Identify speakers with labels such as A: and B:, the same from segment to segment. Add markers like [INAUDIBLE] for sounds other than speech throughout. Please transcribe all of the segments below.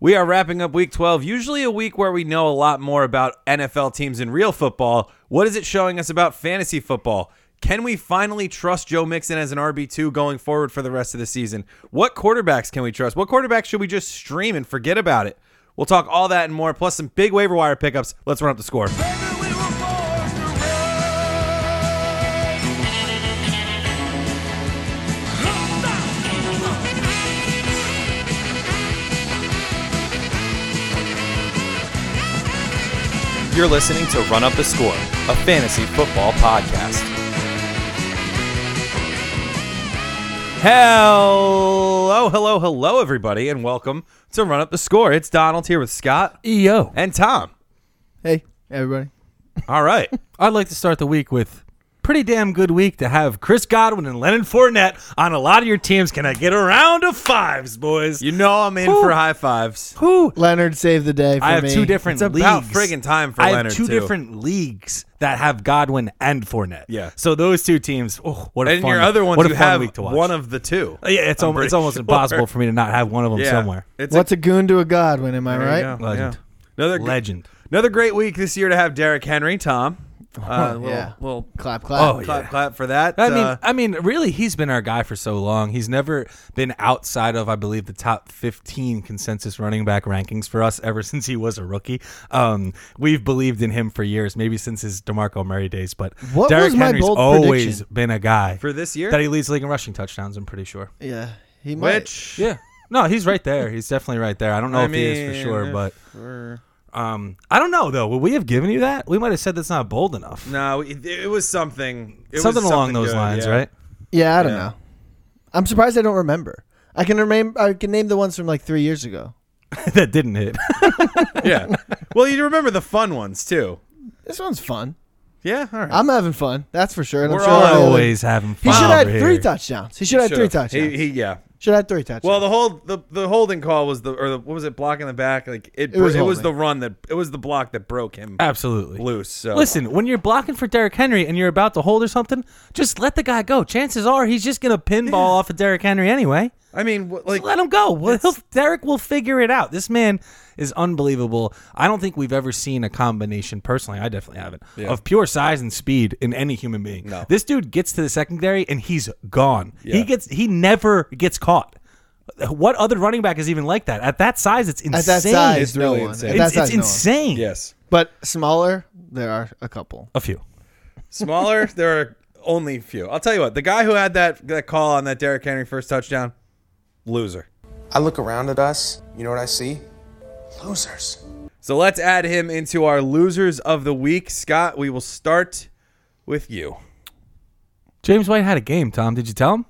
A: We are wrapping up week 12, usually a week where we know a lot more about NFL teams in real football. What is it showing us about fantasy football? Can we finally trust Joe Mixon as an RB2 going forward for the rest of the season? What quarterbacks can we trust? What quarterbacks should we just stream and forget about it? We'll talk all that and more, plus some big waiver wire pickups. Let's run up the score.
B: You're listening to Run Up the Score, a fantasy football podcast.
A: Hello, hello, hello, everybody, and welcome to Run Up the Score. It's Donald here with Scott
C: EO.
A: and Tom.
D: Hey, everybody.
A: All right.
C: [LAUGHS] I'd like to start the week with pretty damn good week to have Chris Godwin and Lennon Fournette on a lot of your teams. Can I get a round of fives, boys?
A: You know I'm in
C: Whew.
A: for high fives.
C: Who?
D: Leonard saved the day for
C: I have
D: me.
C: two different
A: It's
C: leagues.
A: about friggin' time for
C: I have
A: Leonard,
C: two
A: too.
C: different leagues that have Godwin and Fournette.
A: Yeah.
C: So those two teams. Oh, what a
A: And in
C: fun,
A: your other ones,
C: what a
A: you
C: fun
A: have
C: week to watch.
A: one of the two.
C: Uh, yeah, it's,
A: I'm
C: almost, it's
A: pretty [LAUGHS]
C: almost
A: sure.
C: impossible for me to not have one of
A: [LAUGHS]
C: them
A: Yeah.
C: somewhere.
A: It's
D: What's a goon to a Godwin? Am I
A: there you
D: right?
A: go.
C: Legend.
A: Yeah. Another gr-
C: Legend.
A: Another great week this year to have Derrick Henry, Tom. Uh, little,
D: yeah.
A: little
D: Clap, clap.
C: Oh,
A: clap,
C: yeah.
A: clap for that.
C: I mean,
A: Uh,
C: I mean, really, he's been our guy for so long. He's never been outside of, I believe, the top fifteen consensus running back rankings for us ever [LAUGHS] since he was a rookie. Um, we've believed in him for years, maybe since his Demarco Murray days. But
D: What
C: Derrick
D: was my
C: Henry's
D: bold
C: always
D: prediction?
C: been a guy
A: for this year,
C: that he leads the league in rushing touchdowns. I'm pretty sure.
D: Yeah. He might.
A: which
C: Yeah. [LAUGHS] No, he's right there. He's definitely right there. I don't know
A: I
C: if he is for
A: mean,
C: sure,
A: if
C: but
A: we're-
C: um, I don't know though. Would we have given you that? We might have said that's not bold enough.
A: no, it, it was something. It was
C: something along those
A: good,
C: lines,
A: yeah.
C: right? [LAUGHS]
D: Yeah, I don't
A: Yeah.
D: know. I'm surprised I don't remember. I can remain. I can name the ones from like three years ago.
C: that didn't hit.
A: [LAUGHS] yeah. Well, you remember the fun ones too.
D: This one's fun.
A: Yeah. All right.
D: I'm having fun. That's for sure. And
A: We're
D: I'm sure
A: all
D: I-
C: always having
D: He
C: fun.
D: should have had
C: over here.
D: three touchdowns. He should have had three
A: Should've.
D: touchdowns.
A: He, he, yeah.
D: should have had three touchdowns.
A: Well, the hold the the holding call was the or the what was it block in the back? Like it
D: It was
A: it was
D: holding.
A: the run that it was the block that broke him
C: Uh, Absolutely.
A: loose. So
C: Listen, when you're blocking for Derrick Henry and you're about to hold or something, just let the guy go. Chances are he's just going to pinball off of Derrick Henry anyway.
A: I mean, wh- like
C: let him go. Well, he'll, Derek will figure it out. This man is unbelievable. I don't think we've ever seen a combination, personally, I definitely haven't,
A: Yeah.
C: of pure size and speed in any human being.
A: No.
C: This dude gets to the secondary and he's gone.
A: Yeah.
C: He gets he never gets caught. What other running back is even like that? At that size, it's insane.
D: at that size,
A: It's
D: no
A: really
D: one.
A: insane.
D: At
C: it's,
D: that size,
C: it's
D: no one.
C: insane.
A: yes,
D: But smaller, there are a couple.
C: A few.
A: smaller. [LAUGHS] there are only a few. I'll tell you what. The guy who had that that call on that Derrick Henry first touchdown, loser.
E: I look around at us, you know what I see? Losers.
A: So let's add him into our losers of the week. Scott, we will start with you.
C: James White had a game, Tom. Did you tell him?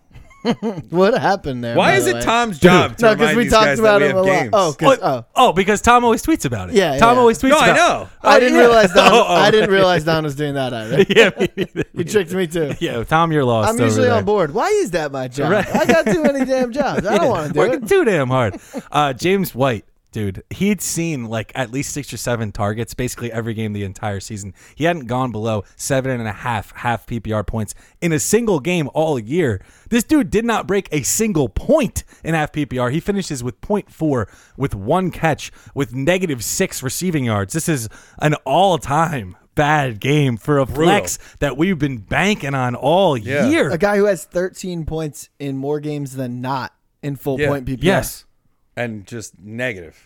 D: What happened there?
A: Why
D: by
A: is
D: the
A: it
D: way?
A: Tom's job? To
D: No,
A: because
D: because we talked about
A: we
D: him a
A: have
D: lot.
A: games?
D: Oh, 'cause-
C: oh,
D: oh.
C: oh, because Tom always tweets about it.
D: Yeah, yeah,
C: Tom
D: yeah.
C: always tweets
A: no,
C: about
A: I
C: it.
A: know.
D: I didn't
C: yeah.
D: realize Don.
C: [LAUGHS] Oh, oh.
D: I didn't realize Don was doing that either.
C: Yeah, me neither.
D: You tricked me too.
C: [LAUGHS] yeah, Tom, you're lost.
D: I'm
C: over
D: usually
C: there.
D: on board. Why is that my job?
C: Right.
D: I got too many damn jobs.
C: [LAUGHS]
D: I don't want to do
C: Working
D: it.
C: too damn hard. Uh, James White, dude, he'd seen like at least six or seven targets basically every game the entire season. He hadn't gone below seven and a half half PPR points in a single game all year. This dude did not break a single point in half PPR. He finishes with 0.4 with one catch with negative six receiving yards. This is an all time bad game for a flex that we've been banking on all
A: Yeah.
C: year.
D: A guy who has 13 points in more games than not in full
A: Yeah.
D: point PPR.
C: Yes.
A: And just negative.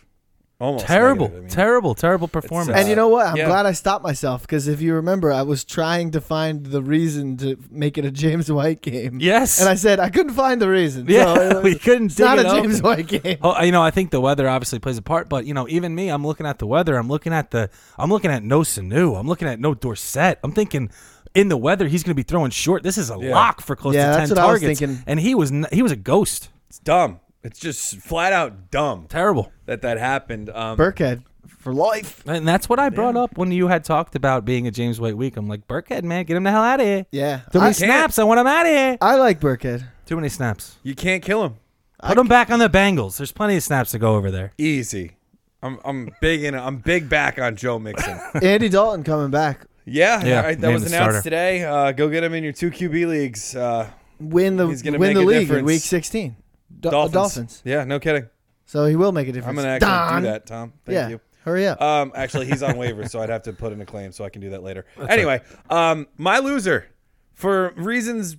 A: Almost
C: Terrible,
A: negative, I mean.
C: terrible, terrible performance.
D: And you know what? I'm
A: Yeah.
D: glad I stopped myself because if you remember, I was trying to find the reason to make it a James White game.
C: Yes.
D: And I said I couldn't find the reason. So
C: Yeah,
D: it was-
C: [LAUGHS] we couldn't
D: It's not
C: dig
D: a
C: it up.
D: James White
C: [LAUGHS]
D: game.
C: Oh, you know, I think the weather obviously plays a part, but you know, even me, I'm looking at the weather. I'm looking at the, I'm looking at no Sanu. I'm looking at no Dorset. I'm thinking, in the weather, he's going to be throwing short. This is a lock for close
D: Yeah,
C: to ten
D: that's what I was
C: targets,
D: thinking.
C: and he was, n- he was a ghost.
A: It's dumb. It's just flat out dumb
C: Terrible.
A: that that happened. Um,
D: Burkhead for life.
C: And that's what I brought up when you had talked about being a James White week. I'm like, Burkhead, man, get him the hell out of here.
D: Yeah.
C: Too many
D: I,
C: snaps. I want him out of here.
D: I like
C: [LAUGHS]
D: Burkhead.
C: Too many snaps.
A: you can't kill him.
C: Put him back on the Bengals. There's plenty of snaps to go over there.
A: Easy. I'm I'm big in I'm big back on Joe Mixon.
D: Andy Dalton coming back.
A: Yeah,
C: Yeah,
A: all right, that
C: name
A: was
C: the
A: announced
C: starter.
A: today. Uh, go get him in your two QB leagues. Uh,
D: Win the
A: He's gonna
D: win
A: make
D: the
A: a
D: league in
A: difference.
D: week 16. Do-
A: Dolphins.
D: Dolphins.
A: Yeah, no kidding.
D: So he will make a difference.
A: I'm gonna actually
D: Don!
A: do that, Tom. Thank
D: yeah.
A: you.
D: Hurry up.
A: Um, actually, he's on waivers, so I'd have to put in a claim, so I can do that later. anyway, um, my loser, for reasons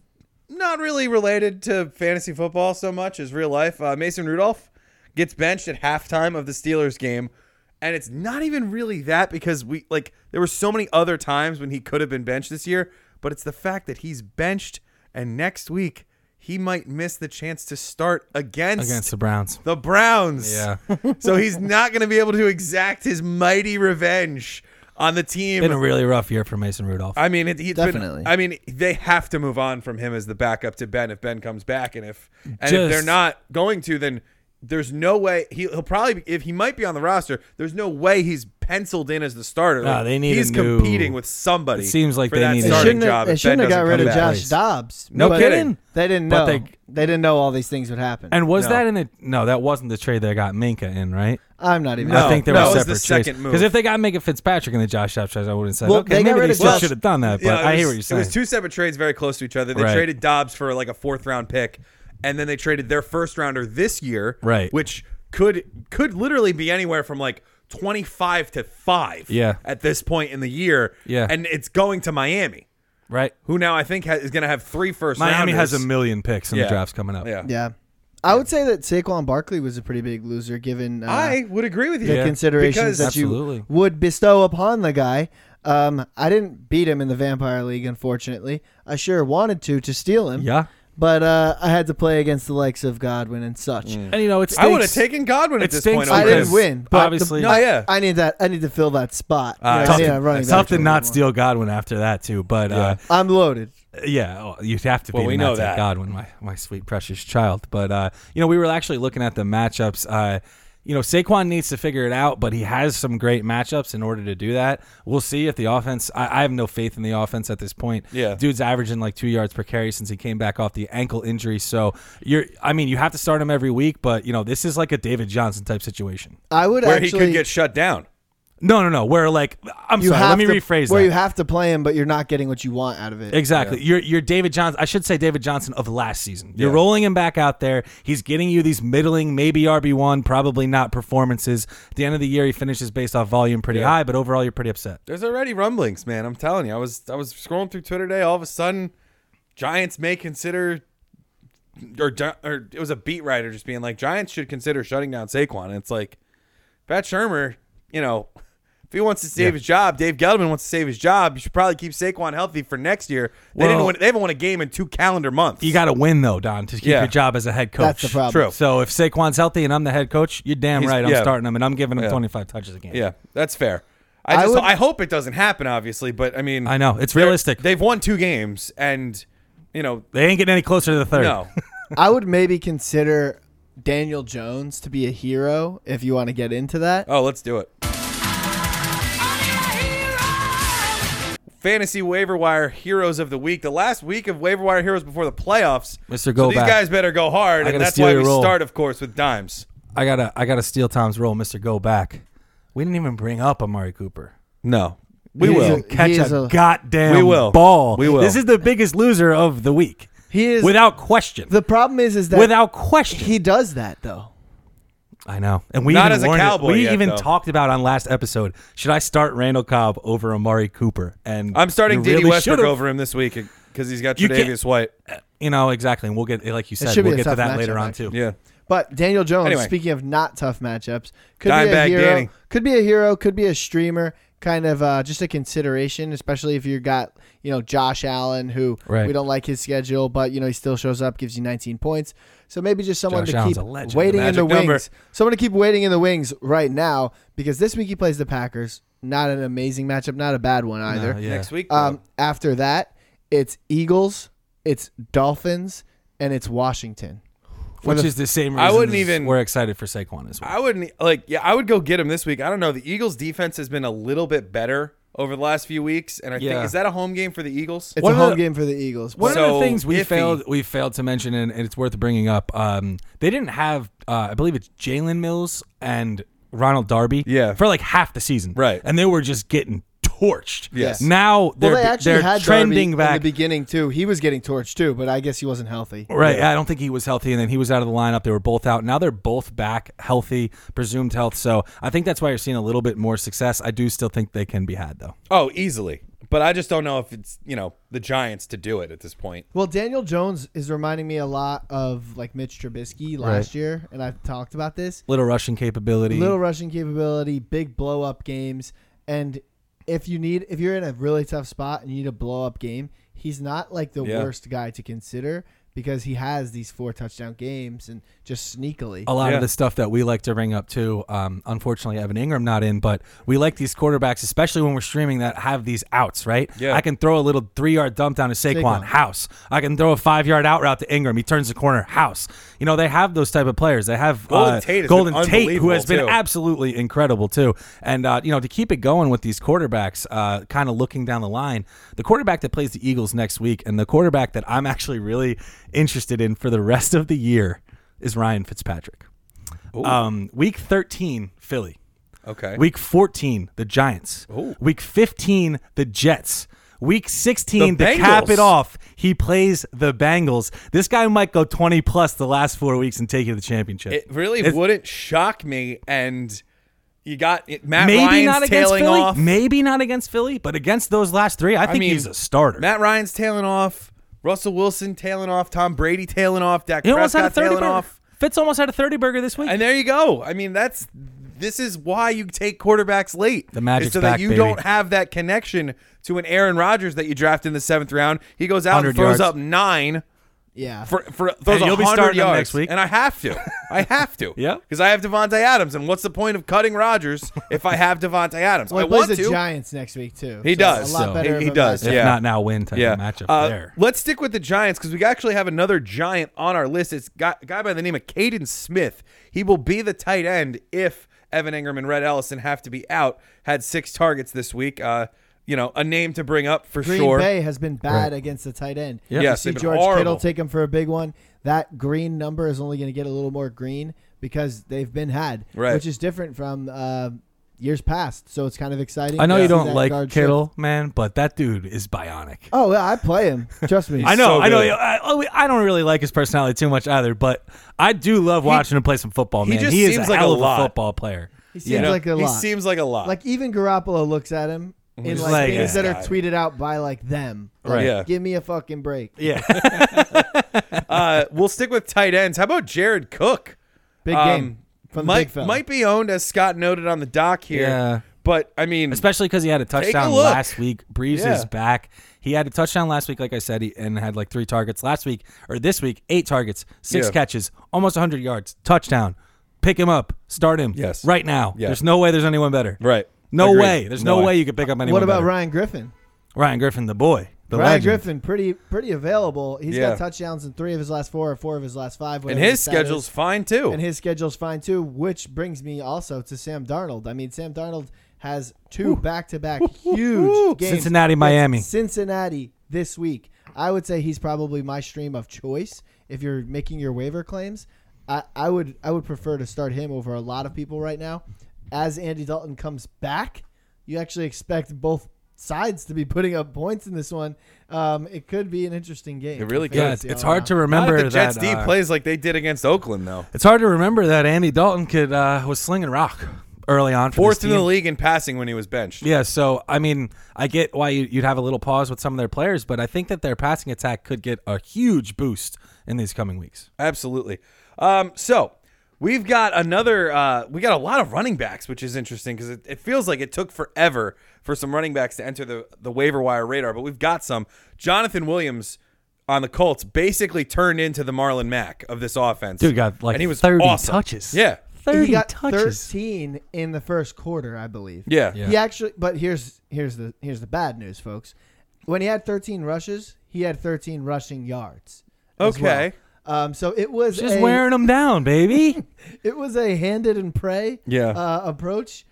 A: not really related to fantasy football so much as real life, uh, Mason Rudolph gets benched at halftime of the Steelers game, and it's not even really that because we like there were so many other times when he could have been benched this year, but it's the fact that he's benched, and next week he might miss the chance to start against
C: against the Browns.
A: the Browns.
C: Yeah.
A: [LAUGHS] so he's not going to be able to exact his mighty revenge on the team.
C: Been a really rough year for Mason Rudolph.
A: I mean, it, he's
D: Definitely.
A: Been, I mean, they have to move on from him as the backup to Ben if Ben comes back, and if and if
C: Just-
A: they're not going to, then there's no way he, he'll probably be- if he might be on the roster. There's no way he's penciled in as the starter.
C: No,
A: Like,
C: they need a
A: He's
C: new-
A: competing with somebody.
C: It seems like
A: for
C: they
A: that
C: need a-
D: they
A: starting
D: shouldn't
A: job.
D: have, they
A: if
D: shouldn't
A: ben
D: have got
A: doesn't
D: rid
A: come
D: of
A: back.
D: Josh
C: Please.
D: Dobbs.
C: No
D: but
C: kidding.
D: They didn't know.
C: But
D: They,
C: they-
D: didn't know all these things would happen.
C: and was
A: No.
C: that in the no? That wasn't the trade that got Minka in, right?
D: I'm not even.
A: No.
C: I think there
A: that
C: were
A: was the
C: separate trades.
A: second move.
C: if they got Megan Fitzpatrick in the Josh Dobbs trade, I would have said,
D: Well,
C: okay,
D: they got
C: maybe
D: rid
C: they
D: of
C: still
D: Josh-
C: should have done that. But
A: Yeah, it
C: I
A: was-
C: hear what you're saying.
A: It was two separate trades very close to each other. They
C: Right.
A: traded Dobbs for like a fourth round pick, and then they traded their first rounder this year,
C: Right.
A: Which could could literally be anywhere from like twenty five to five,
C: Yeah.
A: at this point in the year,
C: Yeah.
A: and it's going to Miami,
C: right?
A: who now I think ha- is going to have three first.
C: Miami
A: rounders.
C: has a million picks in
A: Yeah.
C: the drafts coming up.
A: Yeah.
D: Yeah, I would say that Saquon Barkley was a pretty big loser given uh,
A: I would agree with you.
D: the considerations
A: Because-
D: that
C: Absolutely.
D: you would bestow upon the guy. Um, I didn't beat him in the Vampire League, unfortunately. I sure wanted to to steal him.
C: Yeah.
D: But uh, I had to play against the likes of Godwin and such.
A: Mm.
C: And you know, it's
A: I would have taken Godwin at
C: It
A: this
C: stinks
A: point.
D: I
A: over
D: didn't
A: him.
C: Because
D: win, but
C: obviously-
D: the-
A: No, yeah.
D: I need that. I need to fill that spot. You know,
C: tough,
D: I need a
C: to,
D: running
C: it's
D: back
C: tough to
D: really
C: Ah, not
D: want.
C: steal Godwin after that too, but uh,
D: I'm loaded.
C: yeah, oh, you'd have to be
A: Well, we
C: we
A: know
C: know
A: that.
C: Godwin, my my sweet precious child. But uh, you know, we were actually looking at the matchups. Uh, you know, Saquon needs to figure it out, but he has some great matchups in order to do that. We'll see if the offense. I, I have no faith in the offense at this point.
A: Yeah.
C: dude's averaging like two yards per carry since he came back off the ankle injury. So you're, I mean, you have to start him every week, but you know, this is like a David Johnson type situation.
D: I would
A: where he
D: actually
A: could get shut down.
C: No, no, no. Where like, I'm
D: you
C: sorry.
D: have
C: Let me
D: to,
C: rephrase
D: where
C: that.
D: you have to play him, but you're not getting what you want out of it.
C: Exactly. You're you're David Johnson. I should say David Johnson of last season. You're rolling him back out there. He's getting you these middling, maybe RB one, probably not performances. At the end of the year, he finishes based off volume pretty high, but overall, you're pretty upset.
A: There's already rumblings, man. I'm telling you. I was I was scrolling through Twitter today. All of a sudden, Giants may consider, or Gi- or it was a beat writer just being like, Giants should consider shutting down Saquon. And it's like, Pat Shermer, you know, if he wants to save his job, Dave Gettleman wants to save his job. You should probably keep Saquon healthy for next year. They didn't
C: Well-
A: win. They haven't won a game in two calendar months.
C: You got to win though, Don, to keep
A: Yeah.
C: your job as a head coach.
D: That's the problem.
A: True.
C: So if Saquon's healthy and I'm the head coach, you're damn
A: He's-
C: right. I'm
A: yeah.
C: starting him and I'm giving him
A: Yeah.
C: 25 touches a game.
A: yeah, that's fair. I
D: I
A: just I,
D: would-
A: hope it doesn't happen, obviously. But I mean,
C: I know. It's
A: they're-
C: realistic. They,
A: They've won two games, and you know,
C: ain't getting any closer to the third.
A: no.
D: I would maybe consider Daniel Jones to be a hero if you want to get into that.
A: Oh, let's do it. Fantasy waiver wire heroes of the week. The last week of waiver wire heroes before the playoffs.
C: Mr.
A: So
C: Go
A: these
C: Back.
A: guys better go hard,
C: I
A: and
C: gotta
A: that's
C: steal
A: why
C: your
A: we
C: role.
A: start, of course, with dimes.
C: I gotta I gotta steal Tom's role, Mister Go Back. We didn't even bring up Amari Cooper.
A: No, we
D: He is
A: will.
D: a-
C: catch
D: He is
C: a,
D: a-
C: goddamn
A: We will.
C: ball.
A: We will.
C: This is the biggest loser of the week.
D: He is
C: Without question.
D: the problem is is that
C: Without question.
D: he does that though.
C: I know. And we
A: Not
C: even
A: as a
C: warned it-
A: Cowboy
C: We
A: yet,
C: even
A: though.
C: talked about on last episode, should I start Randall Cobb over Amari Cooper? And
A: I'm starting
C: you
A: Didi
C: really
A: Westbrook
C: should've.
A: over him this week because he's got
C: You can't-
A: Tre'Davious White.
C: You know, exactly. And we'll get like you said,
D: should be
C: we'll
D: a
C: get to
D: tough
C: that
D: matchup,
C: later on
D: actually.
C: too.
A: Yeah,
D: But Daniel Jones,
A: Anyway.
D: speaking of not tough matchups, could be a
A: Dimebag
D: hero.
A: Danny.
D: Could be a hero. Could be a streamer. Kind of uh, just a consideration, especially if you got you know Josh Allen, who
C: Right.
D: we don't like his schedule, but you know he still shows up, gives you 19 points. So maybe just someone
C: Josh
D: to
C: Allen's
D: keep
C: a legend.
D: waiting in
A: Magic
D: the wings.
A: number.
D: Someone to keep waiting in the wings right now because this week he plays the Packers. Not an amazing matchup, not a bad one either.
C: Uh, yeah.
A: next week.
D: Um,
A: though.
D: after that, it's Eagles, it's Dolphins, and it's Washington.
C: Which is the same
A: I
C: reason
A: wouldn't even-
C: we're excited for Saquon as well.
A: I wouldn't like. Yeah, I would go get him this week. I don't know. The Eagles' defense has been a little bit better over the last few weeks, and I
C: Yeah.
A: think is that a home game for the Eagles?
D: It's
C: One
D: a
C: of
D: home
C: the-
D: game for the Eagles.
C: One of
A: So
C: the things we
A: iffy.
C: failed we failed to mention, and, and it's worth bringing up, um, they didn't have, uh, I believe it's Jalen Mills and Ronald Darby,
A: Yeah.
C: for like half the season,
A: Right.
C: And they were just getting torched.
A: Yes.
C: Now
D: Well,
C: they're
D: they actually
C: they're
D: had
C: trending
D: Darby
C: back.
D: in the beginning too. He was getting torched too, but I guess he wasn't healthy.
C: Right. I don't think he was healthy, and then he was out of the lineup. They were both out. Now they're both back, healthy, presumed health. So I think that's why you're seeing a little bit more success. I do still think they can be had, though.
A: Oh, easily. But I just don't know if it's you know the Giants to do it at this point.
D: Well, Daniel Jones is reminding me a lot of like Mitch Trubisky last year, and I've talked about this.
C: Little rushing
A: Mm-hmm.
C: capability.
D: Little rushing capability, big blow up games, and if you need, if you're in a really tough spot and you need a blow up game, he's not like the
A: Yeah.
D: worst guy to consider because he has these four touchdown games and just sneakily.
C: a lot
A: Yeah.
C: of the stuff that we like to bring up too. Um, unfortunately, Evan Ingram not in, but we like these quarterbacks, especially when we're streaming that have these outs, right?
A: Yeah.
C: I can throw a little three yard dump down to Saquon,
D: Saquon.
C: house. I can throw a five yard out route to Ingram. He turns the corner, house. You know they have those type of players. They have
A: Golden
C: uh,
A: Tate has
C: Golden
A: been
C: Tate, who has
A: unbelievable,
C: been
A: too.
C: absolutely incredible too. And uh, you know to keep it going with these quarterbacks, uh, kind of looking down the line, the quarterback that plays the Eagles next week, and the quarterback that I'm actually really interested in for the rest of the year is Ryan Fitzpatrick. Um, week 13, Philly.
A: Okay.
C: Week 14, the Giants. Week 15, the Jets. Week 16,
A: The
C: to cap
A: Bengals.
C: it off, he plays the Bengals. This guy might go 20 plus the last four weeks and take you to the championship.
A: it really
C: It's-
A: wouldn't shock me. And you got it, Matt
C: Maybe
A: Ryan's
C: not against
A: tailing
C: Philly.
A: off.
C: Maybe not against Philly, but against those last three, I think
A: mean,
C: he's a starter.
A: Matt Ryan's tailing off. Russell Wilson tailing off. Tom Brady tailing off. Dak
C: he almost had a
A: Prescott
C: 30
A: tailing
C: burger.
A: off.
C: Fitz almost had a 30 burger this week.
A: And there you go. I mean, that's this is why you take quarterbacks late.
C: The magic's
A: is so that
C: back,
A: you
C: baby.
A: don't have that connection to an Aaron Rodgers that you draft in the seventh round. He goes out and
C: 100
A: throws
C: yards.
A: up nine
D: yeah,
A: for for throws
C: And you'll be
A: 100
C: starting him
A: yards
C: next week.
A: and I have to. I have to.
C: [LAUGHS] Yeah.
A: because I have Devontae Adams, and what's the point of cutting Rodgers if I have Devontae Adams?
D: well,
A: I
D: he plays
A: want
D: the
A: to.
D: Giants next week too.
A: He
D: so
A: does.
D: A lot
C: So-
D: better.
A: He-
D: of
A: he
D: a
A: does,
D: matchup.
C: if
A: yeah.
C: not now, win type
A: Yeah.
C: of matchup
A: Uh,
C: there.
A: Let's stick with the Giants because we actually have another Giant on our list. It's got a guy by the name of Caden Smith. He will be the tight end if Evan Ingram and Red Ellison have to be out. Had six targets this week. Uh, you know, a name to bring up for
D: Green
A: sure.
D: Bay has been bad against the tight end.
C: Yeah.
D: You
A: Yes,
D: see
A: they've been
D: George
A: horrible.
D: Kittle take him for a big one. That green number is only going to get a little more green because they've been had,
A: Right.
D: which is different from uh, years past. So it's kind of exciting.
C: I know
D: to
C: you
D: see
C: don't
D: that
C: like
D: guard
C: Kittle,
D: shift.
C: man, but that dude is bionic.
D: Oh, yeah, I play him. Trust me.
C: [LAUGHS] I know,
A: so
C: I know.
A: good.
C: I, oh, I don't really like his personality too much either, but I do love watching him play some football.
A: he
C: Man,
A: just
C: he is
A: seems
C: a
A: like a
C: hell of
A: lot.
C: a football player.
D: He seems
A: You know,
D: like a
A: he
D: lot.
A: seems like a lot.
D: like even Garoppolo looks at him in
C: He's
D: like,
C: like,
D: things
C: yeah.
D: that are tweeted out by like them. Like,
A: Right. Yeah.
D: Give me a fucking break.
A: [LAUGHS]
C: Yeah,
A: uh, we'll stick with tight ends. How about Jared Cook?
D: Big
A: Um,
D: game from the big
A: might
D: fella.
A: might be owned as Scott noted on the dock here.
C: Yeah.
A: But I mean,
C: [CLEARS THROAT] especially because he had a touchdown
A: look.
C: last week. Breeze
A: Yeah.
C: is back. He had a touchdown last week, like I said, he, and had like three targets last week or this week. Eight targets, six
A: Yeah.
C: catches, almost 100 yards, touchdown. Pick him up, start him.
A: Yes.
C: right now.
A: Yeah.
C: There's no way there's anyone better.
A: Right.
C: No
A: Agreed.
C: way. There's no,
A: No way.
C: way you could pick up anyone.
D: what about
C: better.
D: Ryan Griffin?
C: Ryan Griffin, the boy, the
D: Ryan
C: legend.
D: Griffin, pretty pretty available. He's
A: Yeah.
D: got touchdowns in three of his last four or four of his last five.
A: and
D: whatever the
A: his
D: stat is.
A: schedule's fine too.
D: and his schedule's fine too, which brings me also to Sam Darnold. I mean, Sam Darnold has two back to back huge games.
C: Cincinnati,
D: It's
C: Miami.
D: Cincinnati this week. I would say he's probably my stream of choice if you're making your waiver claims. I, I would I would prefer to start him over a lot of people right now. As Andy Dalton comes back, you actually expect both sides to be putting up points in this one. Um, it could be an interesting game.
A: It really
D: for
C: Yeah,
A: could.
C: it's,
D: fantasy
C: it's
D: all
C: hard
D: around.
C: to
A: Not
C: remember
A: if the Jets
C: that.
A: D
C: uh,
A: plays like they did against Oakland though.
C: It's hard to remember that Andy Dalton could uh, was slinging rock early on. For this
A: Fourth in the
C: team.
A: league in passing when he was benched.
C: Yeah, so I mean, I get why you- you'd have a little pause with some of their players, but I think that their passing attack could get a huge boost in these coming weeks.
A: Absolutely. Um, so we've got another. Uh, we got a lot of running backs, which is interesting because it, it feels like it took forever for some running backs to enter the the waiver wire radar, but we've got some. Jonathan Williams on the Colts basically turned into the Marlon Mack of this offense.
C: Dude got like
A: and he was
C: 30
A: awesome.
C: touches.
A: Yeah.
D: He
C: Thirty
D: got
C: touches.
D: 13 in the first quarter, I believe.
A: Yeah.
C: Yeah.
D: He actually, but here's here's the here's the bad news, folks. When he had 13 rushes, he had 13 rushing yards. as
A: Okay.
D: well. Um, so it was
C: Just
D: a,
C: wearing them down, [LAUGHS] baby.
D: it was a handed and pray
A: Yeah.
D: uh, approach.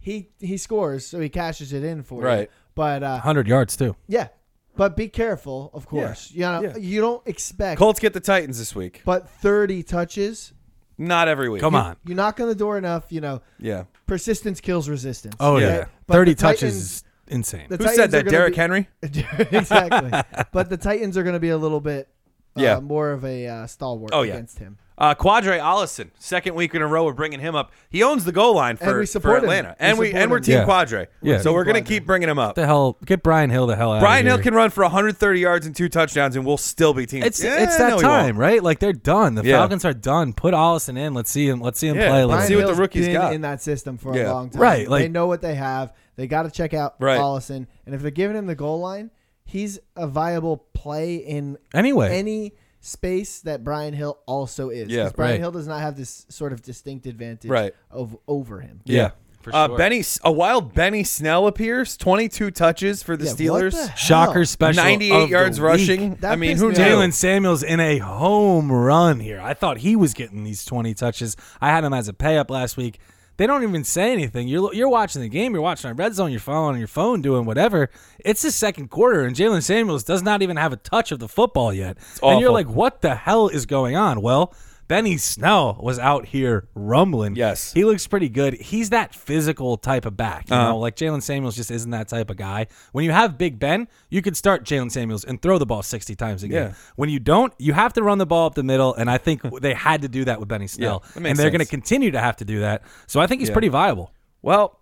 D: He he scores, so he cashes it in for you.
A: Right.
D: But uh,
C: 100 yards too.
D: yeah, but be careful, of course. You know,
A: Yeah.
D: you don't expect,
A: Colts get the Titans this week.
D: but 30 touches.
A: Not every week.
C: Come on.
D: You knock on the door enough, you know.
A: Yeah.
D: Persistence kills resistance.
C: Oh, yeah.
D: But
C: 30
D: the
C: touches
D: Titans
C: is insane.
D: The
A: Who
D: Titans
A: said
D: are
A: that?
D: gonna
A: Derrick
D: be-
A: Henry?
D: [LAUGHS] exactly. But the Titans are going to be a little bit uh,
A: [LAUGHS] Yeah.
D: more of a uh, stalwart
A: Oh, yeah.
D: against him.
A: Uh, Quadre Allison, second week in a row, we're bringing him up. He owns the goal line for,
D: we
A: for
D: support him.
A: Atlanta,
D: We
A: and we
D: support
A: and we're
D: him.
A: Team
C: Yeah.
A: Quadre.
C: Yeah.
A: so
C: Team
A: we're gonna
D: Quadre.
A: keep bringing him up.
C: the hell, get Brian Hill the hell out.
A: Brian
C: of
A: Hill
C: here.
A: can run for 130 yards and two touchdowns, and we'll still be team.
C: It's
A: Yeah,
C: it's that
A: no, he won't.
C: time, right? Like they're done. The
A: Yeah.
C: Falcons are done. Put Allison in. Let's see him. Let's see him
A: Yeah,
C: play. a
A: let's
C: little
A: see
C: bit.
A: what the
D: Hill's
A: rookies
D: been
A: got.
D: in that system for
A: Yeah.
D: a long time.
C: Right, like-
D: they know what they have. They got to check out
A: Right.
D: Collison, and if they're giving him the goal line, he's a viable play in
C: Anyway.
D: any space that Brian Hill also is.
A: Yeah,
D: 'Cause Brian
C: right.
D: Hill does not have this sort of distinct advantage
A: Right.
D: of over him.
C: yeah. For
A: Uh, Benny, a wild Benny Snell appears, 22 touches for the
D: Yeah, what
A: Steelers,
D: the hell?
C: Shocker special.
A: 98
C: of the
A: yards
C: week.
A: rushing.
D: That
A: I mean,
D: pissed
A: who
D: me
A: knew?
D: off.
C: Jalen Samuels in a home run here. I thought he was getting these 20 touches. I had him as a pay up last week. They don't even say anything. You're you're watching the game. You're watching on Red Zone. You're following your phone, doing whatever. It's the second quarter, and Jalen Samuels does not even have a touch of the football yet. and you're
A: awful.
C: like, what the hell is going on? Well, Benny Snell was out here rumbling.
A: Yes.
C: he looks pretty good. He's that physical type of back. You
A: Uh-huh.
C: know, like Jalen Samuels just isn't that type of guy. When you have Big Ben, you could start Jalen Samuels and throw the ball 60 times a game.
A: Yeah.
C: When you don't, you have to run the ball up the middle, and
A: [LAUGHS]
C: I think they had to do that with Benny Snell,
A: that
C: and
A: makes
C: they're going to
A: sense.
C: continue to have to do that. So I think he's pretty viable.
A: Well,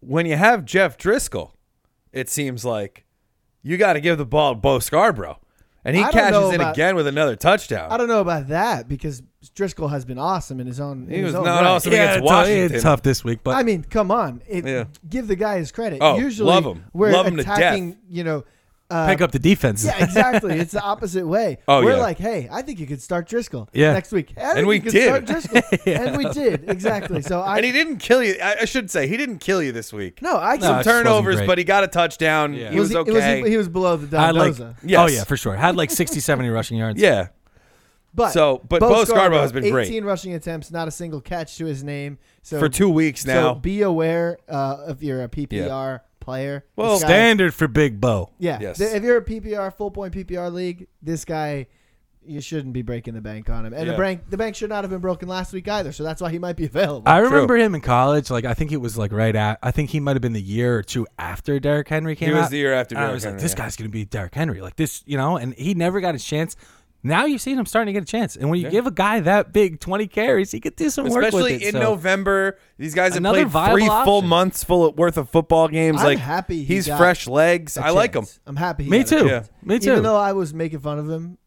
A: when you have Jeff Driscoll, it seems like you got to give the ball to Bo Scarborough, and he
D: I don't know
A: cashes in
D: about-
A: again with another touchdown.
D: I don't know about that because Driscoll has been awesome in his own.
A: He
D: in his
A: was
D: own
A: not
D: right.
A: awesome against
C: it's, tough-
A: Washington.
C: it's tough this week, but
D: I mean, come on. It,
A: Yeah.
D: Give the guy his credit.
A: Oh,
D: Usually,
A: love him.
D: we're
A: Love him to death.
D: attacking, you know. Uh,
C: pick up the defense. [LAUGHS]
D: yeah, exactly. It's the opposite way.
A: [LAUGHS] Oh, yeah.
D: we're like, hey, I think you could start Driscoll
C: Yeah.
D: next week. I think
A: we
D: you could
A: did.
D: Start
A: [LAUGHS]
D: Driscoll. And we did. Exactly. So I.
A: and he didn't kill you. I, I should say he didn't kill you this week.
D: no,
A: Some
D: I
C: No, it just wasn't
A: turnovers,
C: great.
A: but he got a touchdown. He was,
D: he,
A: okay.
D: he, he was below the
C: I like.
D: Dondoza.
A: Yes.
C: Oh yeah, for sure. Had like 60, 70 rushing yards.
A: yeah,
D: but
A: So, but Bo Scarborough has been
D: 18
A: great.
D: rushing attempts, not a single catch to his name. So
A: for two weeks
D: So
A: now.
D: be aware uh, if you're a PPR player.
A: Well,
D: This guy-
C: standard for Big Bo.
D: Yeah.
A: Yes.
D: Th- If you're a PPR full point PPR league, this guy you shouldn't be breaking the bank on him. And
A: Yeah.
D: the bank the bank should not have been broken last week either, so that's why he might be [LAUGHS] available.
C: I remember him in college. Like I think it was like right at. I think he might have been the year or two after Derrick Henry came out.
A: was the year after
C: And I
A: Derrick
C: was
A: Henry,
C: like, this
A: yeah.
C: guy's gonna be Derrick Henry. Like this, you know. And he never got a chance. Now you've seen him starting to get a chance. And when you give a guy that big, twenty carries, he could do some work with
A: Especially
C: it.
A: in
C: so.
A: November, these guys have
C: Another
A: played
C: viable
A: three full
C: option.
A: months full of worth of football games.
D: I'm
A: like
D: happy he
A: he's
D: got
A: fresh legs.
D: A
A: I like him.
D: chance. I'm happy. He
C: Me
D: got a
C: too.
D: chance.
A: Yeah.
C: Me too.
D: Even though I was making fun of him